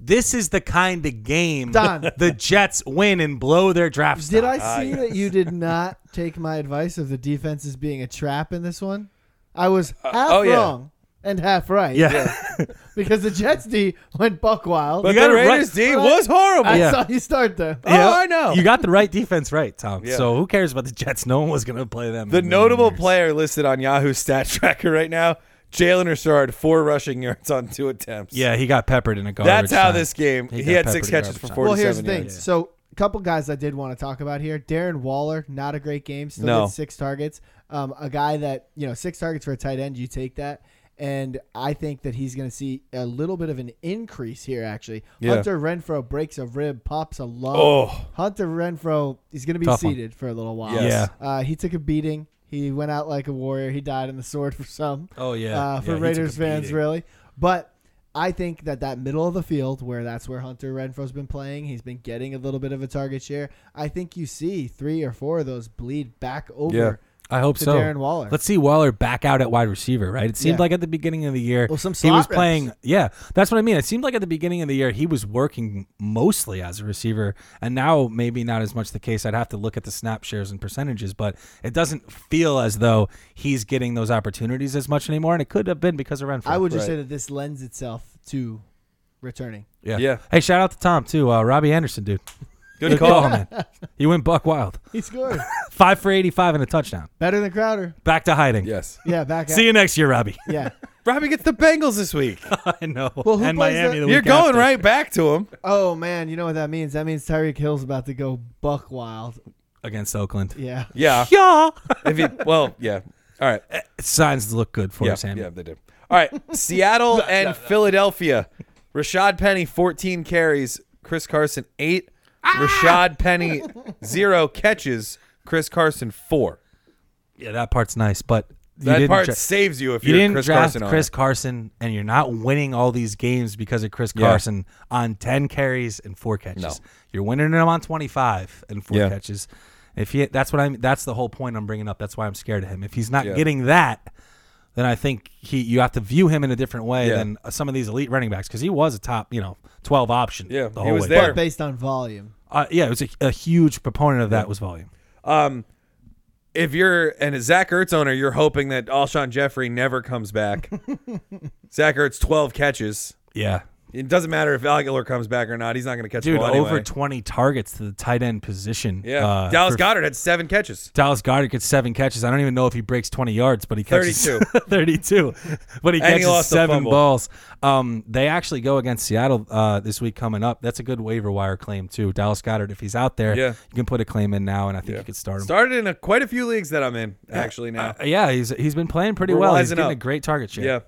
C: this is the kind of game
D: Don.
C: [LAUGHS] the Jets win and blow their draft
D: Did
C: stock.
D: I
A: Ah,
D: see that
A: [LAUGHS]
D: you did not take my advice of the defense as being a trap in this one? I was half
A: oh, yeah.
D: wrong and half right.
C: Yeah. [LAUGHS]
D: Because the Jets D went buck wild.
A: But
C: got
A: the
C: it right.
A: Raiders D was horrible.
D: I
C: yeah.
D: saw you start there.
A: Oh, I know.
C: You got the right defense right, Tom.
A: Yeah.
C: So who cares about the Jets? No one was going to play them.
A: The
C: in a million
A: notable
C: years.
A: player listed on Yahoo Stat Tracker right now, Jalen Richard, four rushing yards on two attempts.
C: Yeah, he got peppered in a garbage.
A: That's how
C: time.
A: this game. He,
C: He got
A: had six
C: peppered in
A: catches for
C: garbage time.
A: 47
D: Well, here's the thing.
A: yards.
D: So, a couple guys I did want to talk about here. Darren Waller, not a great game. Still
A: No.
D: did six targets. Um, a guy that you know, six targets for a tight end, you take that. And I think that he's going to see a little bit of an increase here. Actually,
A: Yeah.
D: Hunter Renfro breaks a rib, pops a lung.
A: Oh.
D: Hunter Renfro, he's going to be
C: Tough one.
D: seated for a little while.
A: Yes.
D: Yeah, uh, he took a beating. He went out like a warrior. He died in the sword [LAUGHS] for some.
C: Oh, yeah.
D: uh, for
C: Yeah, he took
D: Raiders
C: a
D: fans,
C: beating.
D: really. But I think that that middle of the field, where that's where Hunter Renfro's been playing, he's been getting a little bit of a target share. I think you see three or four of those bleed back over.
A: Yeah.
C: I hope
D: to
C: so.
D: Darren Waller.
C: Let's see Waller back out at wide receiver, right? It seemed
D: Yeah.
C: like at the beginning of the year
D: Well, some
C: he was
D: slot reps.
C: playing. Yeah, that's what I mean. It seemed like at the beginning of the year he was working mostly as a receiver, and now maybe not as much the case. I'd have to look at the snap shares and percentages, but it doesn't feel as though he's getting those opportunities as much anymore. And it could have been because of Renfro.
D: I would just
A: Right.
D: say that this lends itself to returning.
C: yeah.
A: Yeah.
C: Hey, shout out to Tom too, uh, Robbie Anderson, dude.
A: Good call.
C: man. [LAUGHS] He went buck wild,
D: He scored
C: five for eighty-five and a touchdown.
D: [LAUGHS] better than Crowder.
C: Back to hiding.
A: [LAUGHS] yes.
D: Yeah, back.
C: See
D: out.
C: you next year, Robbie.
D: Yeah.
A: Robbie gets the Bengals this week.
C: [LAUGHS] I know.
D: Well, who
C: and
D: plays
C: Miami.
D: the-
C: the
A: You're
C: week
A: going
C: after.
A: right back to him.
D: Oh man, you know what that means? That means Tyreek Hill's about to go buck wild.
C: against Oakland.
D: Yeah.
A: [LAUGHS] Yeah.
C: [LAUGHS] Yeah.
A: if he, well, yeah. All right.
C: Signs look good for
A: Yeah,
C: us, Sam.
A: yeah, they do. All right,
C: [LAUGHS]
A: Seattle and Philadelphia. Rashad Penny, 14 carries. Chris Carson, eight.
C: Ah!
A: Rashad Penny,
C: [LAUGHS]
A: zero catches. Chris Carson, four.
C: Yeah, that part's nice, but you
A: That
C: didn't
A: part
C: dra-
A: saves you if
C: you
A: are
C: didn't
A: Chris
C: draft
A: Carson.
C: Chris
A: on
C: Carson, and you're not winning all these games because of Chris
A: Yeah.
C: Carson on ten carries and four catches.
A: No.
C: You're winning them on twenty five and four
A: Yeah.
C: catches. If he, that's what I'm. That's the whole point I'm bringing up. That's why I'm scared of him. If he's not
B: Yeah.
C: getting that, then I think he. You have to view him in a different way
B: Yeah.
C: than some of these elite running backs because he was a top, you know, twelve option.
B: Yeah,
C: the
B: he
C: whole
B: was
C: way.
B: there.
D: But based on volume,
C: Uh, yeah, it was a, a huge proponent of that was volume.
A: Um, if you're and a Zach Ertz owner, you're hoping that Alshon Jeffrey never comes
C: [LAUGHS]
A: back. Zach Ertz, 12 catches.
C: Yeah,
A: It doesn't matter if Aguilar comes back or not. He's not going to catch
C: dude,
A: the ball
C: over
A: anyway.
C: twenty targets to the tight end position.
A: yeah,
C: uh,
A: Dallas
C: for-
A: Goddard had seven catches.
C: Dallas Goddard gets seven catches. I don't even know if he breaks 20 yards, but he catches [LAUGHS]
A: 32.
C: 32. But he
A: And he
C: catches
A: lost the
C: seven
A: fumble.
C: balls. Um, they actually go against Seattle uh, this week coming up. That's a good waiver wire claim, too. Dallas Goddard, if he's out there,
A: Yeah.
C: you can put a claim in now, and I think you could start him.
A: Started in a, quite a few leagues that I'm in, actually, now.
C: Uh, yeah, he's he's been playing pretty
A: We're
C: well. He's
A: wising
C: getting
A: up.
C: a great target share.
A: yeah.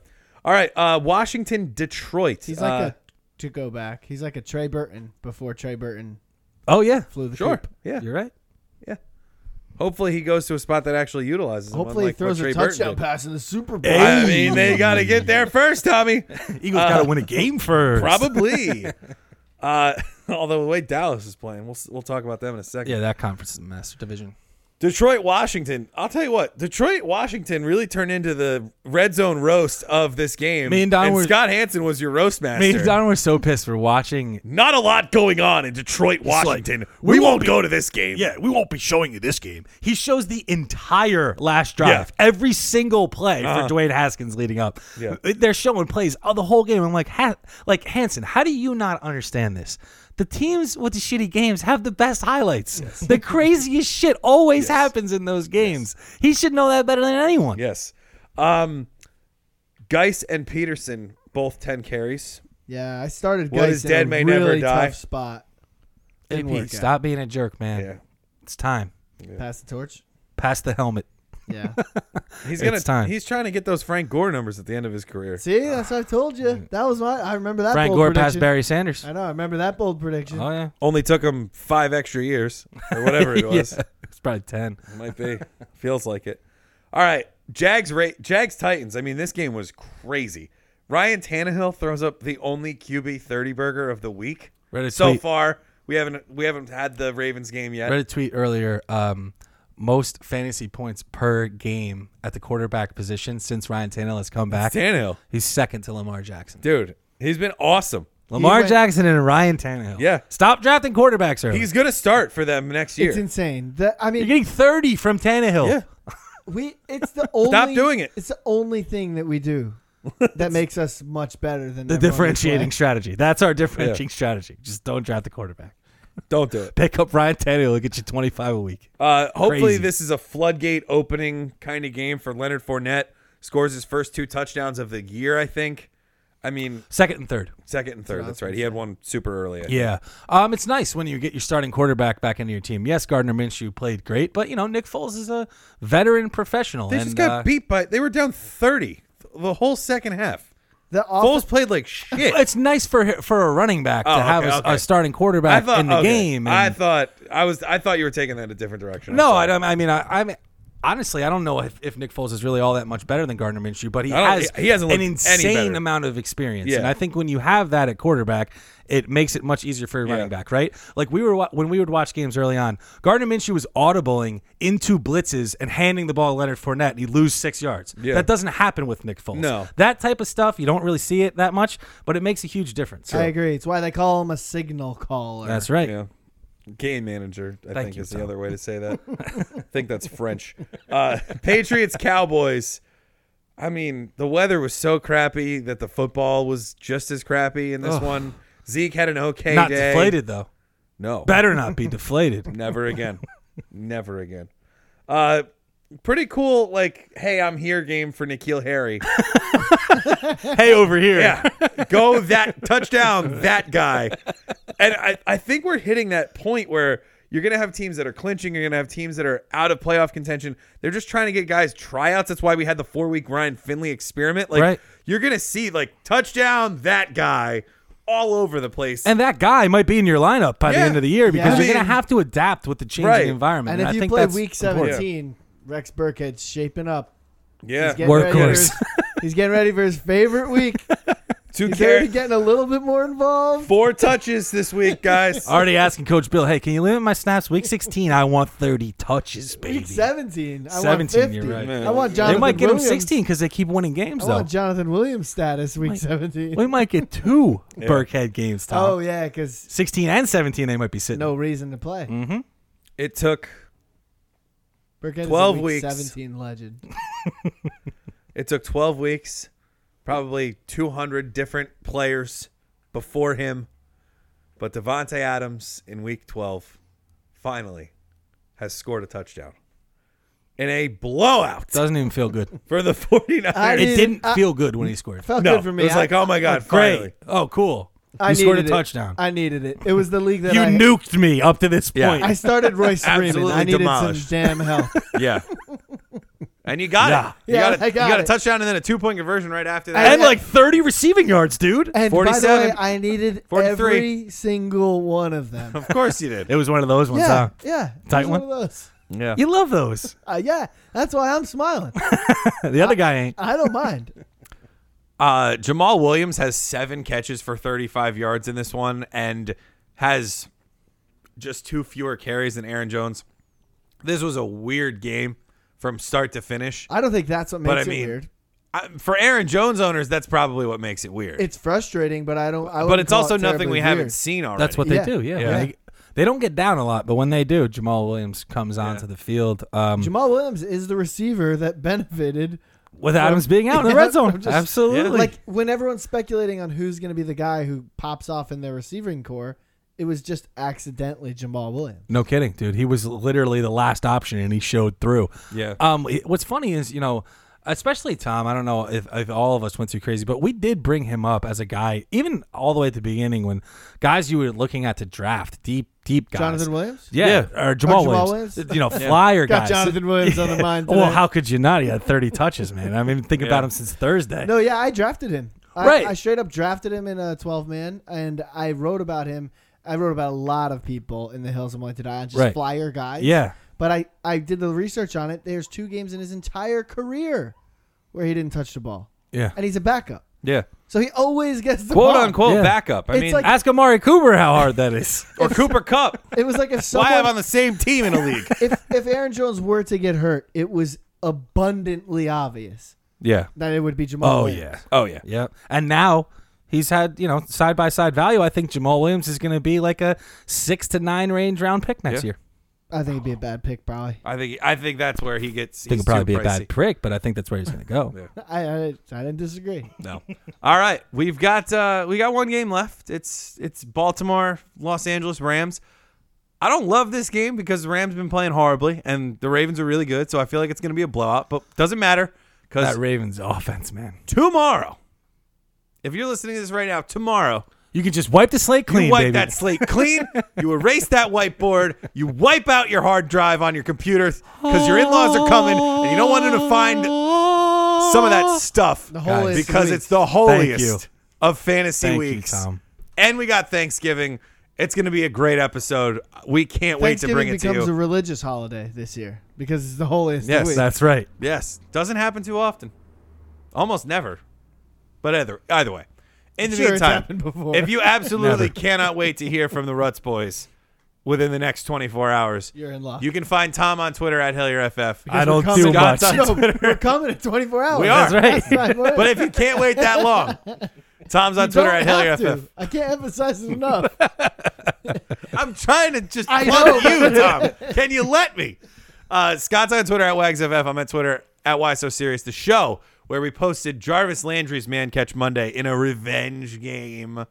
A: All right. Uh, Washington, Detroit.
D: he's like
A: Uh,
D: a to go back. He's like a Trey Burton before Trey Burton
C: Oh, yeah.
D: flew the
A: Sure.
D: coop.
A: Yeah.
C: You're right.
A: Hopefully he goes to a spot that actually utilizes him.
D: Hopefully, he
A: unlike what
D: throws
A: Trey
D: a
A: Burton
D: touchdown
A: did.
D: pass in the Super Bowl.
A: I mean, they got to get there first, Tommy.
C: Eagles got to win a game first.
A: Probably. uh, [LAUGHS] although the way Dallas is playing, we'll s- we'll talk about them in a second.
C: Yeah, that conference is a mess. Division.
A: Detroit, Washington. I'll tell you what. Detroit, Washington really turned into the red zone roast of this game.
C: Me and Don were-
A: Scott Hansen was your roast
C: Me
A: master.
C: and Don were so pissed for watching
A: Not a lot going on in Detroit, Washington. we, won't go to this game.
C: Yeah, we won't be showing you this game. He shows the entire last drive,
A: Yeah.
C: every single play
A: Uh-huh.
C: for Dwayne Haskins leading up.
A: Yeah.
C: They're showing plays of the whole game. I'm like, ha- like Hanson, how do you not understand this? The teams with the shitty games have the best highlights. The craziest shit always happens in those games. He should know that better than anyone.
A: Yes. Um, Geis and Peterson both ten carries.
D: Yeah, I started
A: What
D: guys
A: is
D: in
A: dead
D: a
A: may
D: really
A: never die.
D: tough spot. Didn't work
C: AP,
D: out.
C: stop being a jerk, man.
A: Yeah.
C: It's time.
D: Pass the torch.
C: Pass the helmet.
D: Yeah. [LAUGHS]
A: He's gonna.
C: It's time.
A: He's trying to get those Frank Gore numbers at the end of his career.
D: See, that's what I told you. That was my. I remember that.
C: Mm. Frank
D: bold
C: Gore passed
D: prediction.
C: Barry Sanders.
D: I know. I remember that bold prediction.
C: Oh yeah,
A: Only took him five extra years or whatever it was.
C: [LAUGHS] Yeah. it's probably ten.
A: Might be. Feels like it. All right. Jags Ra- Jags Titans. I mean, this game was crazy. Ryan Tannehill throws up the only QB thirty burger of the week
C: Read a
A: so
C: tweet.
A: far. We haven't we haven't had the Ravens game yet.
C: read a tweet earlier. Um, most fantasy points per game at the quarterback position since Ryan Tannehill has come back.
A: Tannehill,
C: He's second to Lamar Jackson.
A: dude, he's been awesome.
C: Lamar
D: went-
C: Jackson and Ryan Tannehill.
A: Yeah.
C: Stop drafting quarterbacks early.
A: He's gonna start for them next year.
D: It's insane. That I
C: You're
D: mean,
C: getting 30 from Tannehill.
A: Yeah.
D: we. It's
C: [LAUGHS]
D: the only.
A: doing it.
D: It's the only thing that we do that makes us much better than
C: The
D: everyone we
C: differentiating
D: play.
C: [LAUGHS] strategy. That's our differentiating strategy. Just don't draft the quarterback.
A: Don't do it.
C: Pick up Ryan Tannehill. He'll get you 25 a week.
A: Uh, hopefully,
C: Crazy.
A: this is a floodgate opening kind of game for Leonard Fournette. Scores his first two touchdowns of the year, I think. I mean,
C: Second and third.
A: second and third. That's right. He had one super early. I think.
C: Yeah. Um, it's nice when you get your starting quarterback back into your team. Yes, Gardner Minshew played great, but, you know, Nick Foles is a veteran professional.
A: They
C: and,
A: just got
C: uh,
A: beat by. They were down thirty the whole second half.
D: The
A: Foles
D: off-
A: played like shit.
C: It's nice for for a running back
A: Oh,
C: to have
A: okay,
C: a,
A: okay.
C: a starting quarterback in the
A: okay.
C: game.
A: I
C: and-
A: thought I was. I thought you were taking that a different direction. I'm
C: no, I
A: sorry.
C: don't. I mean, I, I'm honestly, I don't know if, if Nick Foles is really all that much better than Gardner Minshew, but he
A: I don't-
C: has
A: he- he hasn't looked
C: an
A: any
C: insane
A: better.
C: amount of experience,
A: Yeah.
C: and I think when you have that at quarterback, it makes it much easier for a running
A: Yeah.
C: back, right? Like we were wa- when we would watch games early on, Gardner Minshew was audibling into blitzes and handing the ball to Leonard Fournette, and he'd lose six yards.
A: Yeah.
C: That doesn't happen with Nick Foles.
A: No.
C: that type of stuff you don't really see it that much, but it makes a huge difference.
D: I agree. It's why they call him a signal caller.
C: That's right.
A: Yeah. Game manager, I think,
C: you,
A: is the
C: Tom.
A: other way to say
C: [LAUGHS]
A: that. I think that's French. Uh, Patriots, Cowboys. I mean, the weather was so crappy that the football was just as crappy in this one. Zeke had an okay
C: Not
A: day.
C: deflated though. [LAUGHS]
A: No.
C: Better
A: [LAUGHS]
C: not be deflated.
A: Never again. Never again. Uh pretty cool like hey, I'm here game for Nikhil Harry.
C: hey, over here.
A: Yeah. Go that touchdown that guy. And I I think we're hitting that point where you're going to have teams that are clinching, you're going to have teams that are out of playoff contention. They're just trying to get guys tryouts. That's why we had the 4-week Ryan Finley experiment. Like
C: Right.
A: you're going to see like touchdown that guy all over the place.
C: And that guy might be in your lineup by the
A: Yeah.
C: end of the year
D: Yeah.
C: because you're
A: I
C: going
A: mean-
C: to have to adapt with the changing
A: Right.
C: environment.
D: And if
C: I
D: you
C: think
D: play
C: that's
D: week
C: important.
D: 17, Rex Burkhead's shaping up.
A: yeah.
D: He's getting ready for
C: Workhorse.
D: his- he's getting ready for his favorite week.
A: Two
D: He's already
A: carries,
D: getting a little bit more involved.
A: four touches this week, guys.
C: [LAUGHS] Already asking Coach Bill, hey, can you limit my snaps? Week 16, I want 30 touches, baby.
D: Week 17. I
C: 17,
D: want 50.
C: you're right.
D: I want Jonathan
C: They might get him
D: Williams.
C: 16 because they keep winning games,
D: I
C: though.
D: want Jonathan Williams status week 17.
C: We might get
D: [LAUGHS]
C: two Burkhead games, Tom.
D: Oh, yeah, because
C: 16 and 17, they might be sitting.
D: no reason to play.
C: Mm-hmm.
A: It took
D: Burkhead is a
A: 12
D: week
A: weeks.
D: 17 legend.
A: it took twelve weeks, probably two hundred different players before him, but Devonte Adams in week twelve finally has scored a touchdown in a blowout
C: Doesn't even feel good.
A: for the 49ers.
D: [LAUGHS] I
C: It
D: mean,
C: didn't
D: I-
C: feel good when he scored.
D: Felt
A: no,
D: good for me.
A: it was
D: I-
A: like, oh my
D: [LAUGHS]
A: god, finally.
C: Great. Oh, cool.
D: I
C: you scored a
D: needed it.
C: touchdown.
D: I needed it. It was the league that
C: you
D: I,
C: nuked me up to this
A: Yeah.
C: point.
D: I started
C: [LAUGHS]
D: Royce Freeman.
A: Absolutely
D: I needed
A: demolished.
D: some damn help.
A: Yeah. And you got
C: Yeah.
A: it. You
D: Yeah,
A: got, a,
D: I got
A: you got a
D: it.
A: touchdown and then a two point conversion right after that.
C: and like 30 receiving yards, dude.
D: And by the
A: 47.
D: way, I needed
A: 43.
D: every single one of
C: [LAUGHS]
D: them.
A: of course you did.
C: it was one of those ones,
D: yeah,
C: huh?
D: yeah.
C: Tight
D: It was
C: one?
D: of those.
A: Yeah.
C: You love those.
D: Uh, yeah, that's why I'm smiling.
C: the other guy ain't.
D: I don't mind.
A: Uh, Jamal Williams has seven catches for 35 yards in this one and has just two fewer carries than Aaron Jones. This was a weird game from start to finish.
D: I don't think that's what
A: [LAUGHS]
D: makes
A: But I
D: it
A: mean,
D: weird.
A: I, for Aaron Jones owners, that's probably what makes it weird.
D: It's frustrating, but I don't. I
A: but
D: wouldn't
A: it's
D: call
A: also
D: it
A: nothing we
D: terribly
A: haven't
D: weird.
A: seen already.
C: That's what they
D: Yeah.
C: do. Yeah.
D: Yeah.
C: They, they don't get down a lot, but when they do, Jamal Williams comes onto the field um,
D: Jamal Williams is the receiver that benefited.
C: with Adams being out in the
D: Yeah,
C: red zone.
D: I'm [LAUGHS] just-
C: Absolutely.
D: Like when everyone's speculating on who's going to be the guy who pops off in their receiving core, it was just accidentally Jamal Williams.
C: No kidding, dude. He was literally the last option, and he showed through.
A: Yeah.
C: Um. it- What's funny is, you know, especially Tom. I don't know if, if all of us went too crazy, but we did bring him up as a guy, even all the way at the beginning when guys you were looking at to draft deep, deep guys.
D: Jonathan Williams.
C: Yeah, or Jamal,
D: Or Jamal
C: Williams.
D: Williams? [LAUGHS]
C: You know, flyer
D: Got
C: guys.
D: Jonathan Williams
A: [LAUGHS]
D: on the mind
C: Well,
D: today.
C: how could you not? He had 30 touches, man. I mean, think about him since Thursday.
D: No, yeah, I drafted him. I,
C: Right.
D: I straight up drafted him in a 12 man, and I wrote about him. I wrote about a lot of people in the Hills and Willing to Die, just
C: Right.
D: flyer guys.
C: Yeah.
D: But I, I did the research on it. There's two games in his entire career where he didn't touch the ball,
C: Yeah.
D: and he's a backup.
A: yeah.
D: So he always gets the
A: Quote
D: ball.
A: unquote
C: Yeah.
A: backup. I
D: It's
A: mean,
D: like-
C: Ask Amari Cooper how hard that [LAUGHS] is.
D: [LAUGHS]
A: or Cooper Cup.
D: It was like
A: [LAUGHS]
D: if
A: Why
D: someone,
A: I'm on the same team in a league?
D: [LAUGHS] if, if Aaron Jones were to get hurt, it was abundantly obvious
A: yeah.
D: that it would be Jamal.
C: Oh,
D: Williams.
C: yeah.
A: Oh yeah.
C: Yeah. And now he's had, you know, side by side value. I think Jamal Williams is going to be like a six to nine range round pick next
A: Yeah.
C: year.
D: I think it'd be a bad pick, probably. [LAUGHS]
A: I think I think that's where he gets.
C: I
A: he's
C: think it'll probably be
A: too
C: a bad
A: pricey.
C: prick, but I think that's where he's going to [LAUGHS] go.
D: I, I, I didn't disagree.
A: No. All right, we've got uh, we got one game left. It's it's Baltimore, Los Angeles Rams. I don't love this game because the Rams have been playing horribly and the Ravens are really good, so I feel like it's going to be a blowout. But doesn't matter because
C: That Ravens offense, man.
A: tomorrow, if you're listening to this right now, tomorrow
C: You can just wipe the slate clean,
A: you wipe
C: baby.
A: that slate clean. you erase that whiteboard. You wipe out your hard drive on your computer because your in-laws are coming and you don't want them to find some of that stuff
D: The holiest
A: because
D: week.
A: it's the
C: you.
A: holiest of fantasy
C: Thank you,
A: weeks.
C: Tom.
A: And we got Thanksgiving. It's going to be a great episode. We can't wait to
D: Thanksgiving
A: bring it to
D: becomes
A: you.
D: a religious holiday this year because it's the holiest
A: Yes,
D: week.
C: That's right.
A: yes, doesn't happen too often. Almost never. But either either way. In the
D: Sure, it's
A: meantime,
D: happened before.
A: if you
C: [LAUGHS]
A: absolutely cannot wait to hear from the Ruts boys within the next 24 hours,
D: You're in luck.
A: You
D: [LAUGHS]
A: can find Tom on Twitter at HillierFF.
C: I don't
D: we're
C: do
D: coming.
C: much.
A: Scott's
C: [LAUGHS]
A: on Twitter.
D: We're coming in 24 hours.
A: We are.
C: That's right.
A: [LAUGHS]
D: That's right.
A: But if you can't wait that
D: [LAUGHS]
A: long, Tom's on
D: You
A: Twitter
D: don't
A: at
D: have to.
A: HillierFF.
D: I can't emphasize it enough.
A: I'm trying to just
D: I
A: plug you, Tom. Can you let me? Uh, Scott's on Twitter at WagsFF. I'm at Twitter at Why So Serious. The show where we posted Jarvis Landry's Man Catch Monday in a revenge game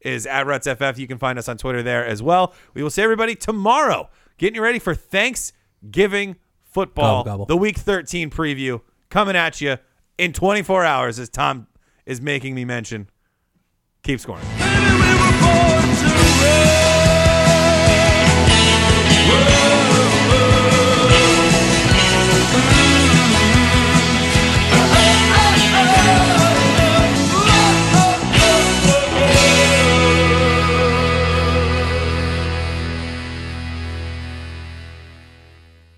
A: is at RutsFF. You can find us on Twitter there as well. We will see everybody tomorrow. Getting you ready for Thanksgiving football,
C: Gobble, gobble.
A: the Week 13 preview coming at you in 24 hours, as Tom is making me mention. Keep scoring.
F: Baby, we were born to run.